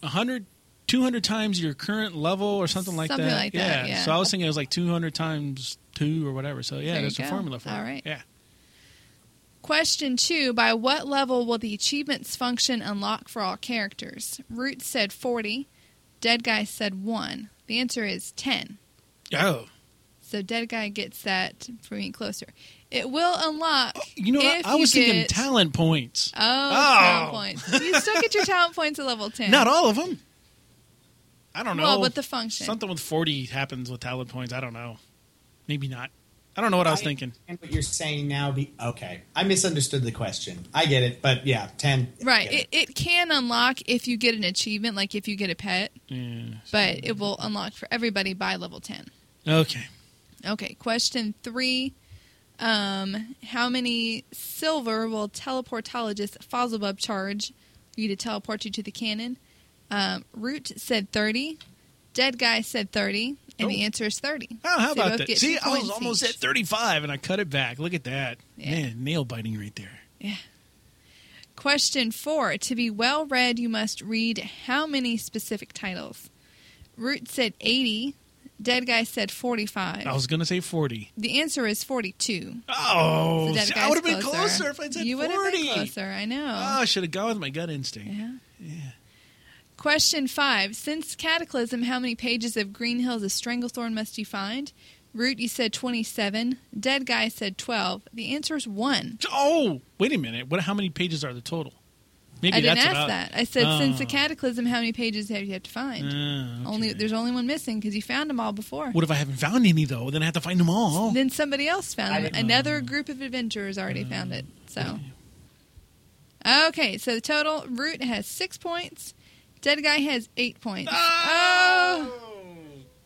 A: 100, 200 times your current level or something like
B: Something
A: that.
B: like that, yeah.
A: So I was thinking it was like 200 times two or whatever. So yeah,
B: There you
A: there's a
B: go.
A: formula for it.
B: All right.
A: Yeah.
B: Question two By what level will the achievements function unlock for all characters? Root said 40. Dead guy said 1. The answer is 10.
A: Oh,
B: So Dead Guy gets that for being closer. It will unlock.
A: you know, what?
B: if
A: I was
B: you
A: thinking
B: get-
A: talent points.
B: Oh,
A: Oh.
B: talent points. You still get your talent points at level 10.
A: Not all of them. I don't know.
B: Well, with the function.
A: Something with 40 happens with talent points. I don't know. Maybe not. I don't know what I was thinking.
E: And what you're saying now be okay. I misunderstood the question. I get it, but yeah, ten.
B: Right.
E: Yeah.
B: It, it can unlock if you get an achievement, like if you get a pet, but it will unlock for everybody by level 10.
A: Okay.
B: Okay, question three. Um, how many silver will teleportologist Fuzzlebub charge you to teleport you to the cannon? Um, Root said 30. Dead Guy said 30. And the answer is 30.
A: Oh, how
B: So you both
A: about that?
B: get
A: See,
B: two
A: I was
B: points
A: almost
B: each.
A: at 35 and I cut it back. Look at that.
B: Yeah.
A: Man, nail biting right there.
B: Question four. To be well read, you must read how many specific titles? Root said 80. Dead Guy said 45.
A: I was going to say 40.
B: The answer is 42.
A: Oh,
B: The dead
A: see, I
B: guy's
A: would have been closer if I said
B: You
A: 40.
B: would have been closer, I know.
A: Oh, I should have gone with my gut instinct.
B: Yeah. Question five. Since Cataclysm, how many pages of Green Hills of Stranglethorn must you find? Root, you said 27. Dead Guy said 12. The answer is 1.
A: Oh, wait a minute. What? How many pages are the total? Maybe
B: I didn't
A: that's
B: ask
A: about-
B: that. I said,
A: Oh.
B: since the Cataclysm, how many pages have you have to find?
A: Uh,
B: Only There's only one missing because you found them all before.
A: What if I haven't found any though? Then I have to find them all.
B: Then somebody else found
E: I
B: it.
E: didn't-
B: Another group of adventurers already
A: Mm.
B: found it. So, okay. So the total root has six points. Dead guy has eight points.
A: Ah!
B: Oh,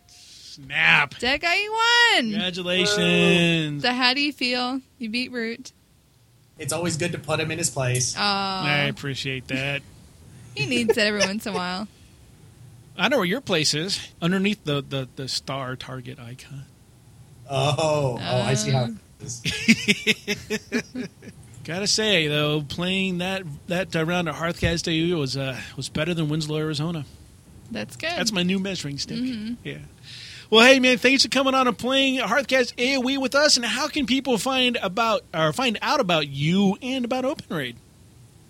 A: snap!
B: dead guy, you won.
A: Congratulations!
B: So how do you feel? You beat root.
E: It's always good to put him in his place.
A: I
B: Oh,
A: appreciate that.
B: he needs it every once in a while.
A: I know where your place is. Underneath the the, the star target icon.
E: oh, oh, I see how.
B: Uh.
E: It is.
A: Gotta say though, playing that that uh, round at Hearthcast AU was uh, was better than Winslow, Arizona.
B: That's good.
A: That's my new measuring stick. Yeah. Well, hey man, thanks for coming on and playing Hearthcast AOE E with us. And how can people find about or find out about you and about Open Raid?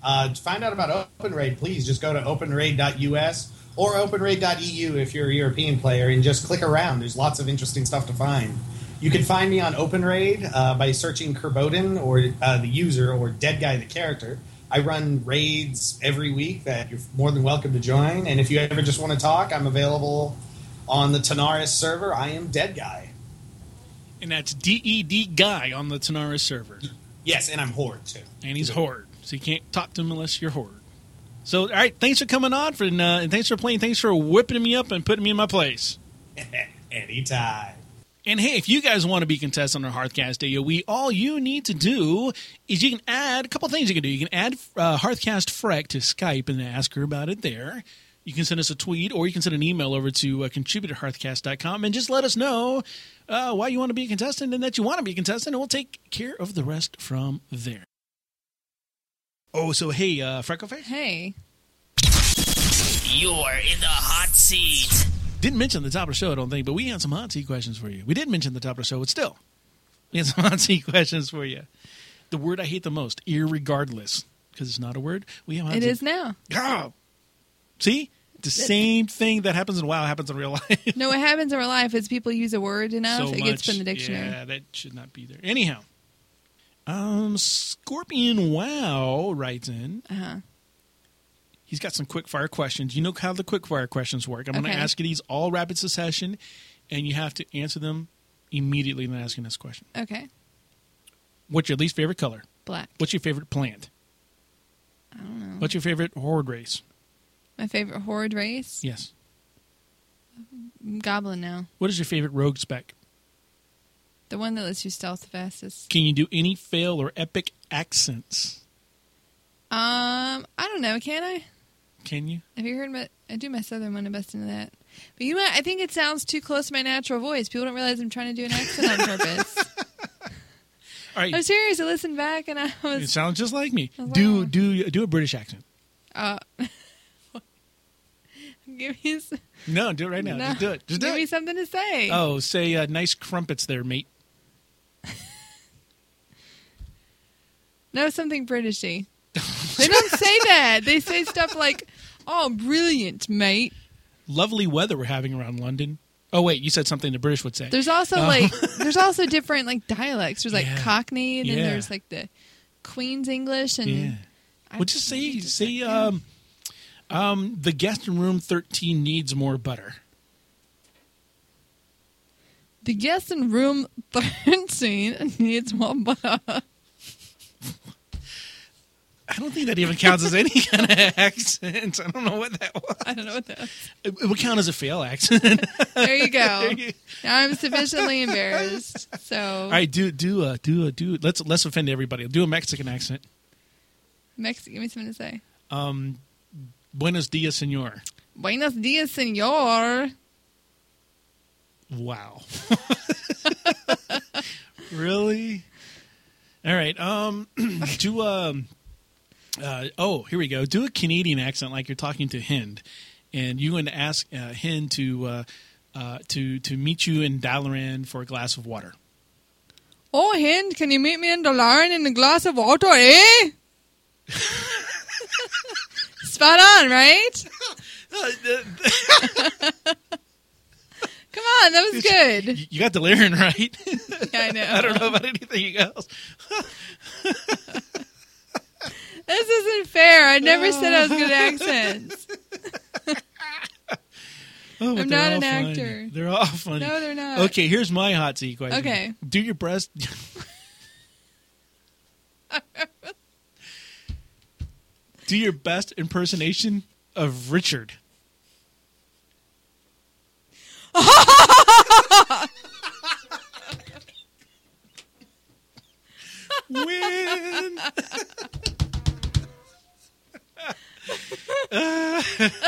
E: Uh, to find out about OpenRaid, please just go to openraid.us or openraid.eu if you're a European player and just click around. There's lots of interesting stuff to find. You can find me on OpenRaid uh, by searching Kerbodin or uh, the user or Dead Guy the character. I run raids every week that you're more than welcome to join. And if you ever just want to talk, I'm available on the Tanaris server. I am Dead Guy.
A: And that's D E D guy on the Tanara server.
E: Yes, and I'm Horde too.
A: And he's Horde. So you can't talk to him unless you're Horde. So, all right, thanks for coming on for, and, uh, and thanks for playing. Thanks for whipping me up and putting me in my place.
E: Anytime.
A: And hey, if you guys want to be contestant on Hearthcast AOE, all you need to do is you can add a couple things you can do. You can add uh, Hearthcast Freck to Skype and ask her about it there. You can send us a tweet or you can send an email over to uh, contribute at hearthcast.com and just let us know uh, why you want to be a contestant and that you want to be a contestant, and we'll take care of the rest from there. Oh, so hey, uh, Freckleface?
B: hey,
D: You're in the hot seat.
A: Didn't mention the top of the show, I don't think, but we had some hot seat questions for you. We did mention the top of the show, but still, we had some hot seat questions for you. The word I hate the most, irregardless, because it's not a word. We have hot
B: it
A: seat-
B: is now.
A: Ow! See, the same thing that happens in WoW happens in real life.
B: No, what happens in real life is people use a word
A: so
B: enough, it
A: much.
B: gets put in the dictionary.
A: Yeah, that should not be there. Anyhow, um, Scorpion Wow writes in.
B: Uh-huh.
A: He's got some quick fire questions. You know how the quick fire questions work. I'm going
B: Okay.
A: to ask you these all rapid succession, and you have to answer them immediately when asking this question.
B: Okay,
A: What's your least favorite color?
B: black.
A: What's your favorite plant? I don't know. What's your favorite horde race?
B: My favorite horde race?
A: Yes.
B: Goblin now.
A: What is your favorite rogue spec?
B: The one that lets you stealth the fastest.
A: Can you do any fail or epic accents?
B: Um, I don't know. Can I?
A: Can you?
B: Have you heard my? I do my southern one. I best into that. But you know, what? I think it sounds too close to my natural voice. People don't realize I'm trying to do an accent on purpose.
A: All right.
B: I'm serious. I listened back and I
A: It
B: was.
A: sounds just like me.
B: Hello.
A: Do do do a British accent.
B: Uh, give me. s-
A: No, do it right now.
B: no.
A: Just do it. Just do
B: give me
A: it.
B: something to say.
A: Oh, say uh, nice crumpets there, mate.
B: No, something Britishy. they don't say that. They say stuff like, "Oh, brilliant, mate."
A: Lovely weather we're having around London. Oh wait, you said something the British would say.
B: There's also like there's also different like dialects. There's like
A: Oh. Yeah.
B: Cockney, and then
A: Yeah.
B: there's like the Queen's English, and
A: yeah.
B: I
A: Well, just
B: don't know,
A: say
B: just
A: say
B: like, yeah.
A: um, Um, the guest in room 13 needs more butter.
B: The guest in room 13 needs more butter.
A: I don't think that even counts as any kind of accent. I don't know what that was.
B: I don't know what that was.
A: It, it would count as a fail accent.
B: There you go. Now I'm sufficiently embarrassed. So,
A: All right, do do uh, do uh, do. Let's let's offend everybody. Do a Mexican accent.
B: Mexico, give me something to say.
A: Buenos dias, senor.
B: Buenos dias, senor.
A: Wow. really? All right. Um do um uh, oh, here we go. Do a Canadian accent like you're talking to Hind and you and ask uh, Hind to uh, uh, to to meet you in Dalaran for a glass of water.
B: Oh, Hind, can you meet me in the line in a glass of water, eh? Spot on, right?
A: Uh,
B: Come on, that was good.
A: You, you got Dalaran right.
B: Yeah, I know.
A: I don't know about anything else.
B: This isn't fair. I never said I was good at accents.
A: Oh, but
B: I'm
A: they're
B: not
A: all
B: an
A: funny.
B: actor.
A: They're all funny. Oh,
B: No, they're not.
A: Okay, here's my hot seat question.
B: Okay.
A: Do your breast. Do your best impersonation of Richard. Win.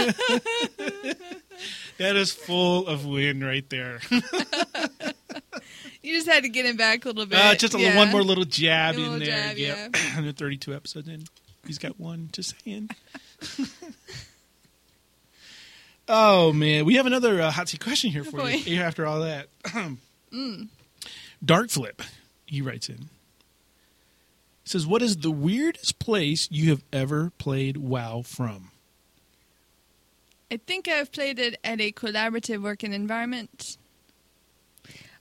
A: That is full of win right there.
B: You just had to get him back a little bit.
A: Uh, just a little, one
B: Yeah.
A: more little jab
B: A
A: in
B: little
A: there.
B: jab,
A: yep.
B: yeah.
A: 132 episodes in. He's got one. Just saying. oh man, we have another uh, hot seat question here for
B: Oh, boy. Mm.
A: you. After all that, Dark Flip, he writes in. Says, "What is the weirdest place you have ever played WoW from?"
B: I think I've played it at a collaborative working environment.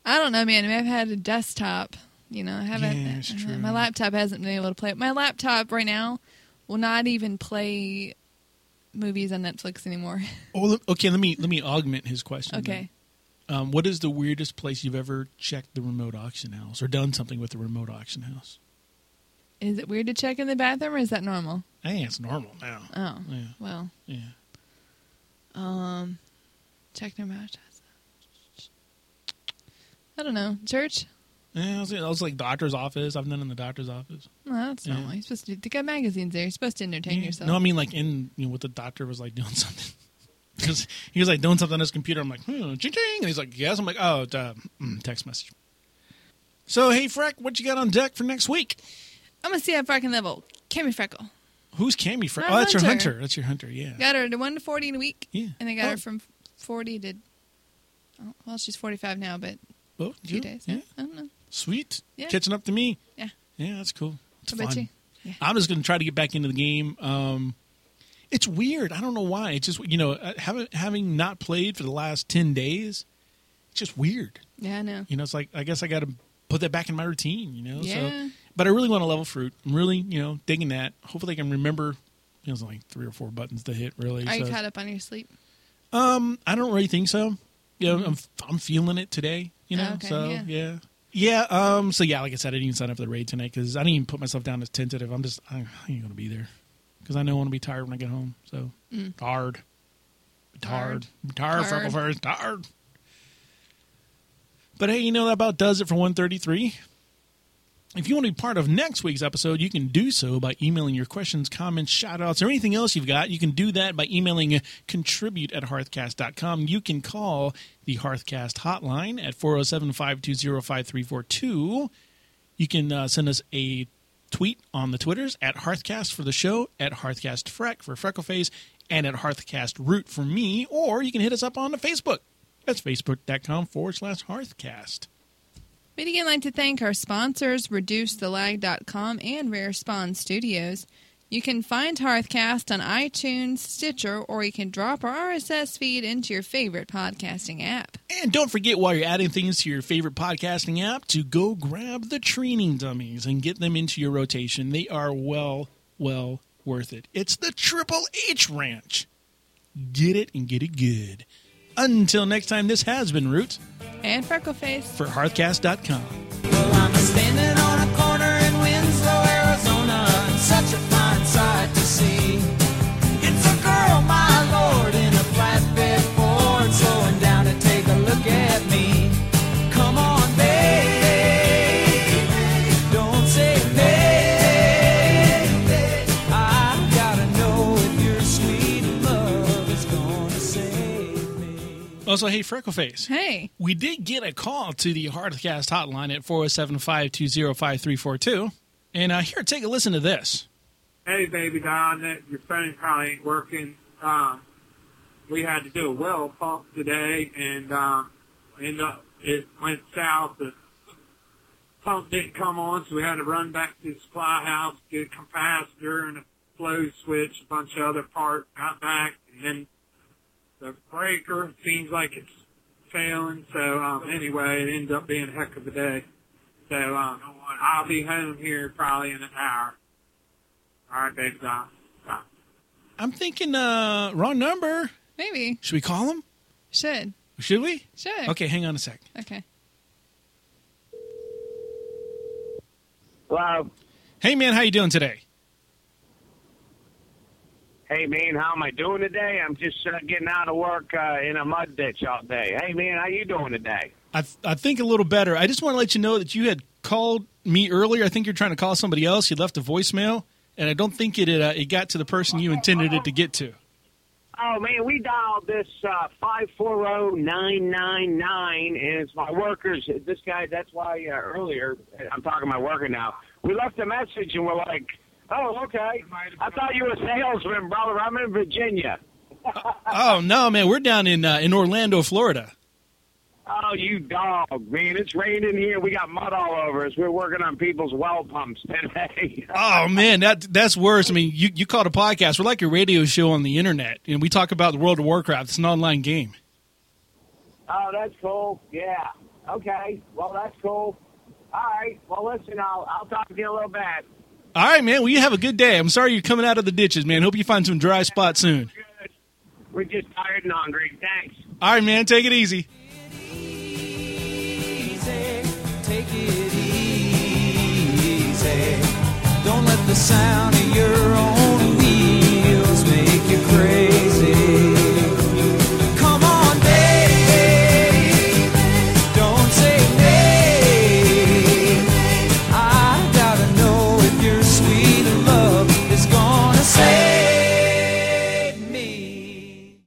B: I don't know, man. I mean, I've had a desktop. You know, I haven't.
A: Yeah, it's
B: uh,
A: true.
B: My laptop hasn't been able to play it. My laptop right now will not even play movies on Netflix anymore.
A: Oh, le- okay. Let me let me augment his question.
B: okay.
A: then. Um, what is the weirdest place you've ever checked the remote auction house or done something with the remote auction house?
B: Is it weird to check in the bathroom or is that normal?
A: I think it's normal now.
B: Oh.
A: Yeah,
B: Well,
A: yeah.
B: check no matter. I don't know. Church?
A: yeah I, was, I was like doctor's office. I've done it in the doctor's office.
B: No, that's normal. You're supposed to. They got magazines there. You're supposed to entertain
A: Yeah.
B: yourself.
A: No, I mean like in you know what the doctor was like doing something. 'Cause he was like doing something on his computer. I'm like, hmm, ching ching, and he's like, yes. I'm like, oh, duh. Mm, text message. So hey, Freck, what you got on deck for next week?
B: I'm gonna see how far I can level. Cammy Freckle.
A: Who's Cammy Freck?
B: My
A: Oh, that's your
B: hunter.
A: hunter. That's your hunter. Yeah.
B: Got her to one to forty in a week.
A: Yeah.
B: And they got
A: Oh.
B: her from forty to oh, well, she's forty five now, but
A: Oh,
B: a few
A: you?
B: days.
A: Yeah.
B: I don't know.
A: Sweet.
B: Yeah.
A: Catching up to me.
B: Yeah.
A: Yeah, that's cool. It's
B: What about
A: fun.
B: you? Yeah.
A: I'm just going to try to get back into the game. Um, it's weird. I don't know why. It's just you know uh, having having not played for the last ten days. It's just weird.
B: Yeah, I know.
A: You know, it's like I guess I got to put that back in my routine. You know.
B: Yeah.
A: So, but I really want to level fruit. I'm really you know digging that. Hopefully, I can remember. You know, it's like three or four buttons to hit. Really. so
B: Are you caught up on your sleep?
A: I don't really think so. Yeah, I'm I'm feeling it today. You know,
B: Okay,
A: so
B: yeah.
A: Mm-hmm. yeah. yeah. um. So yeah, like I said, I didn't even sign up for the raid tonight because I didn't even put myself down as tentative. I'm just I, I ain't gonna be there because I know I'm gonna be tired when I get home. So tired, Mm. tired, tired,
B: Tired.
A: freckle first, tired. But hey, you know that about does it for 133. If you want to be part of next week's episode, you can do so by emailing your questions, comments, shout outs, or anything else you've got. You can do that by emailing contribute at hearthcast.com. You can call the Hearthcast hotline at 407 520 5342. You can uh, send us a tweet on the Twitters at Hearthcast for the show, at HearthcastFreck for Freckleface, and at HearthcastRoot for me, or you can hit us up on the Facebook. That's facebook.com forward slash Hearthcast.
B: We'd again like to thank our sponsors, ReduceTheLag.com and Rare Spawn Studios. You can find Hearthcast on iTunes, Stitcher, or you can drop our RSS feed into your favorite podcasting app.
A: And don't forget while you're adding things to your favorite podcasting app to go grab the training dummies and get them into your rotation. They are well, well worth it. It's the Triple H Ranch. Get it and get it good. Until next time, this has been Root
B: And Freckleface.
A: for Hearthcast.com.
G: Well, I'm standing on a corner in Winslow, Arizona. It's such a fine sight to see. It's a girl, my lord, in a flatbed Ford, slowing down to take a look at me. Come on, baby, don't say baby. I gotta know if your sweet love is gonna save me.
A: Also, hey, Freckleface.
B: Hey.
A: We did get a call to the Hardcast hotline at 407 520 5342. And uh, here, take a listen to this.
H: hey baby Don, that your phone probably ain't working. Uh, we had to do a well pump today, and uh, and uh, it went south. The pump didn't come on, so we had to run back to the supply house, get a capacitor and a flow switch, a bunch of other parts. Got back, and then the breaker seems like it's failing. So um, anyway, it ended up being a heck of a day. So um, I'll be home here probably in an hour. All right, baby Don. Bye.
A: I'm thinking, uh, wrong number.
B: Maybe.
A: Should we call him?
B: Should.
A: Should we?
B: Should.
A: Okay, hang on a sec.
B: Okay.
I: Well,
A: Hey, man, how you doing today?
I: hey man, how am I doing today? I'm just uh, getting out of work uh, in a mud ditch all day. Hey man, how you doing today?
A: I, I think a little better. I just want to let you know that you had called me earlier. I think you're trying to call somebody else. You left a voicemail, and I don't think it uh, it got to the person you intended it to get to.
I: Oh man, we dialed this uh, five four zero nine nine nine, and it's my workers. This guy, that's why uh, earlier I'm talking to my worker now. We left a message and we're like, "Oh, okay." I thought you were a salesman, brother. I'm in Virginia.
A: Oh no, man, we're down in uh, in Orlando, Florida.
I: Oh, you dog, man! It's raining here. We got mud all over us. We're working on people's well pumps today.
A: Oh man, that that's worse. I mean, you you called a podcast. We're like a radio show on the internet, and we talk about the World of Warcraft. It's an online game.
I: Oh, that's cool. Yeah. Okay. Well, that's cool. All right. Well, listen, I'll I'll talk to you a little bit.
A: All right, man. Well, you have a good day. I'm sorry you're coming out of the ditches, man. Hope you find some dry spots soon.
I: Good. We're just tired and hungry. Thanks.
A: All right, man. Take it easy.
G: easy. Take it easy. Don't let the sound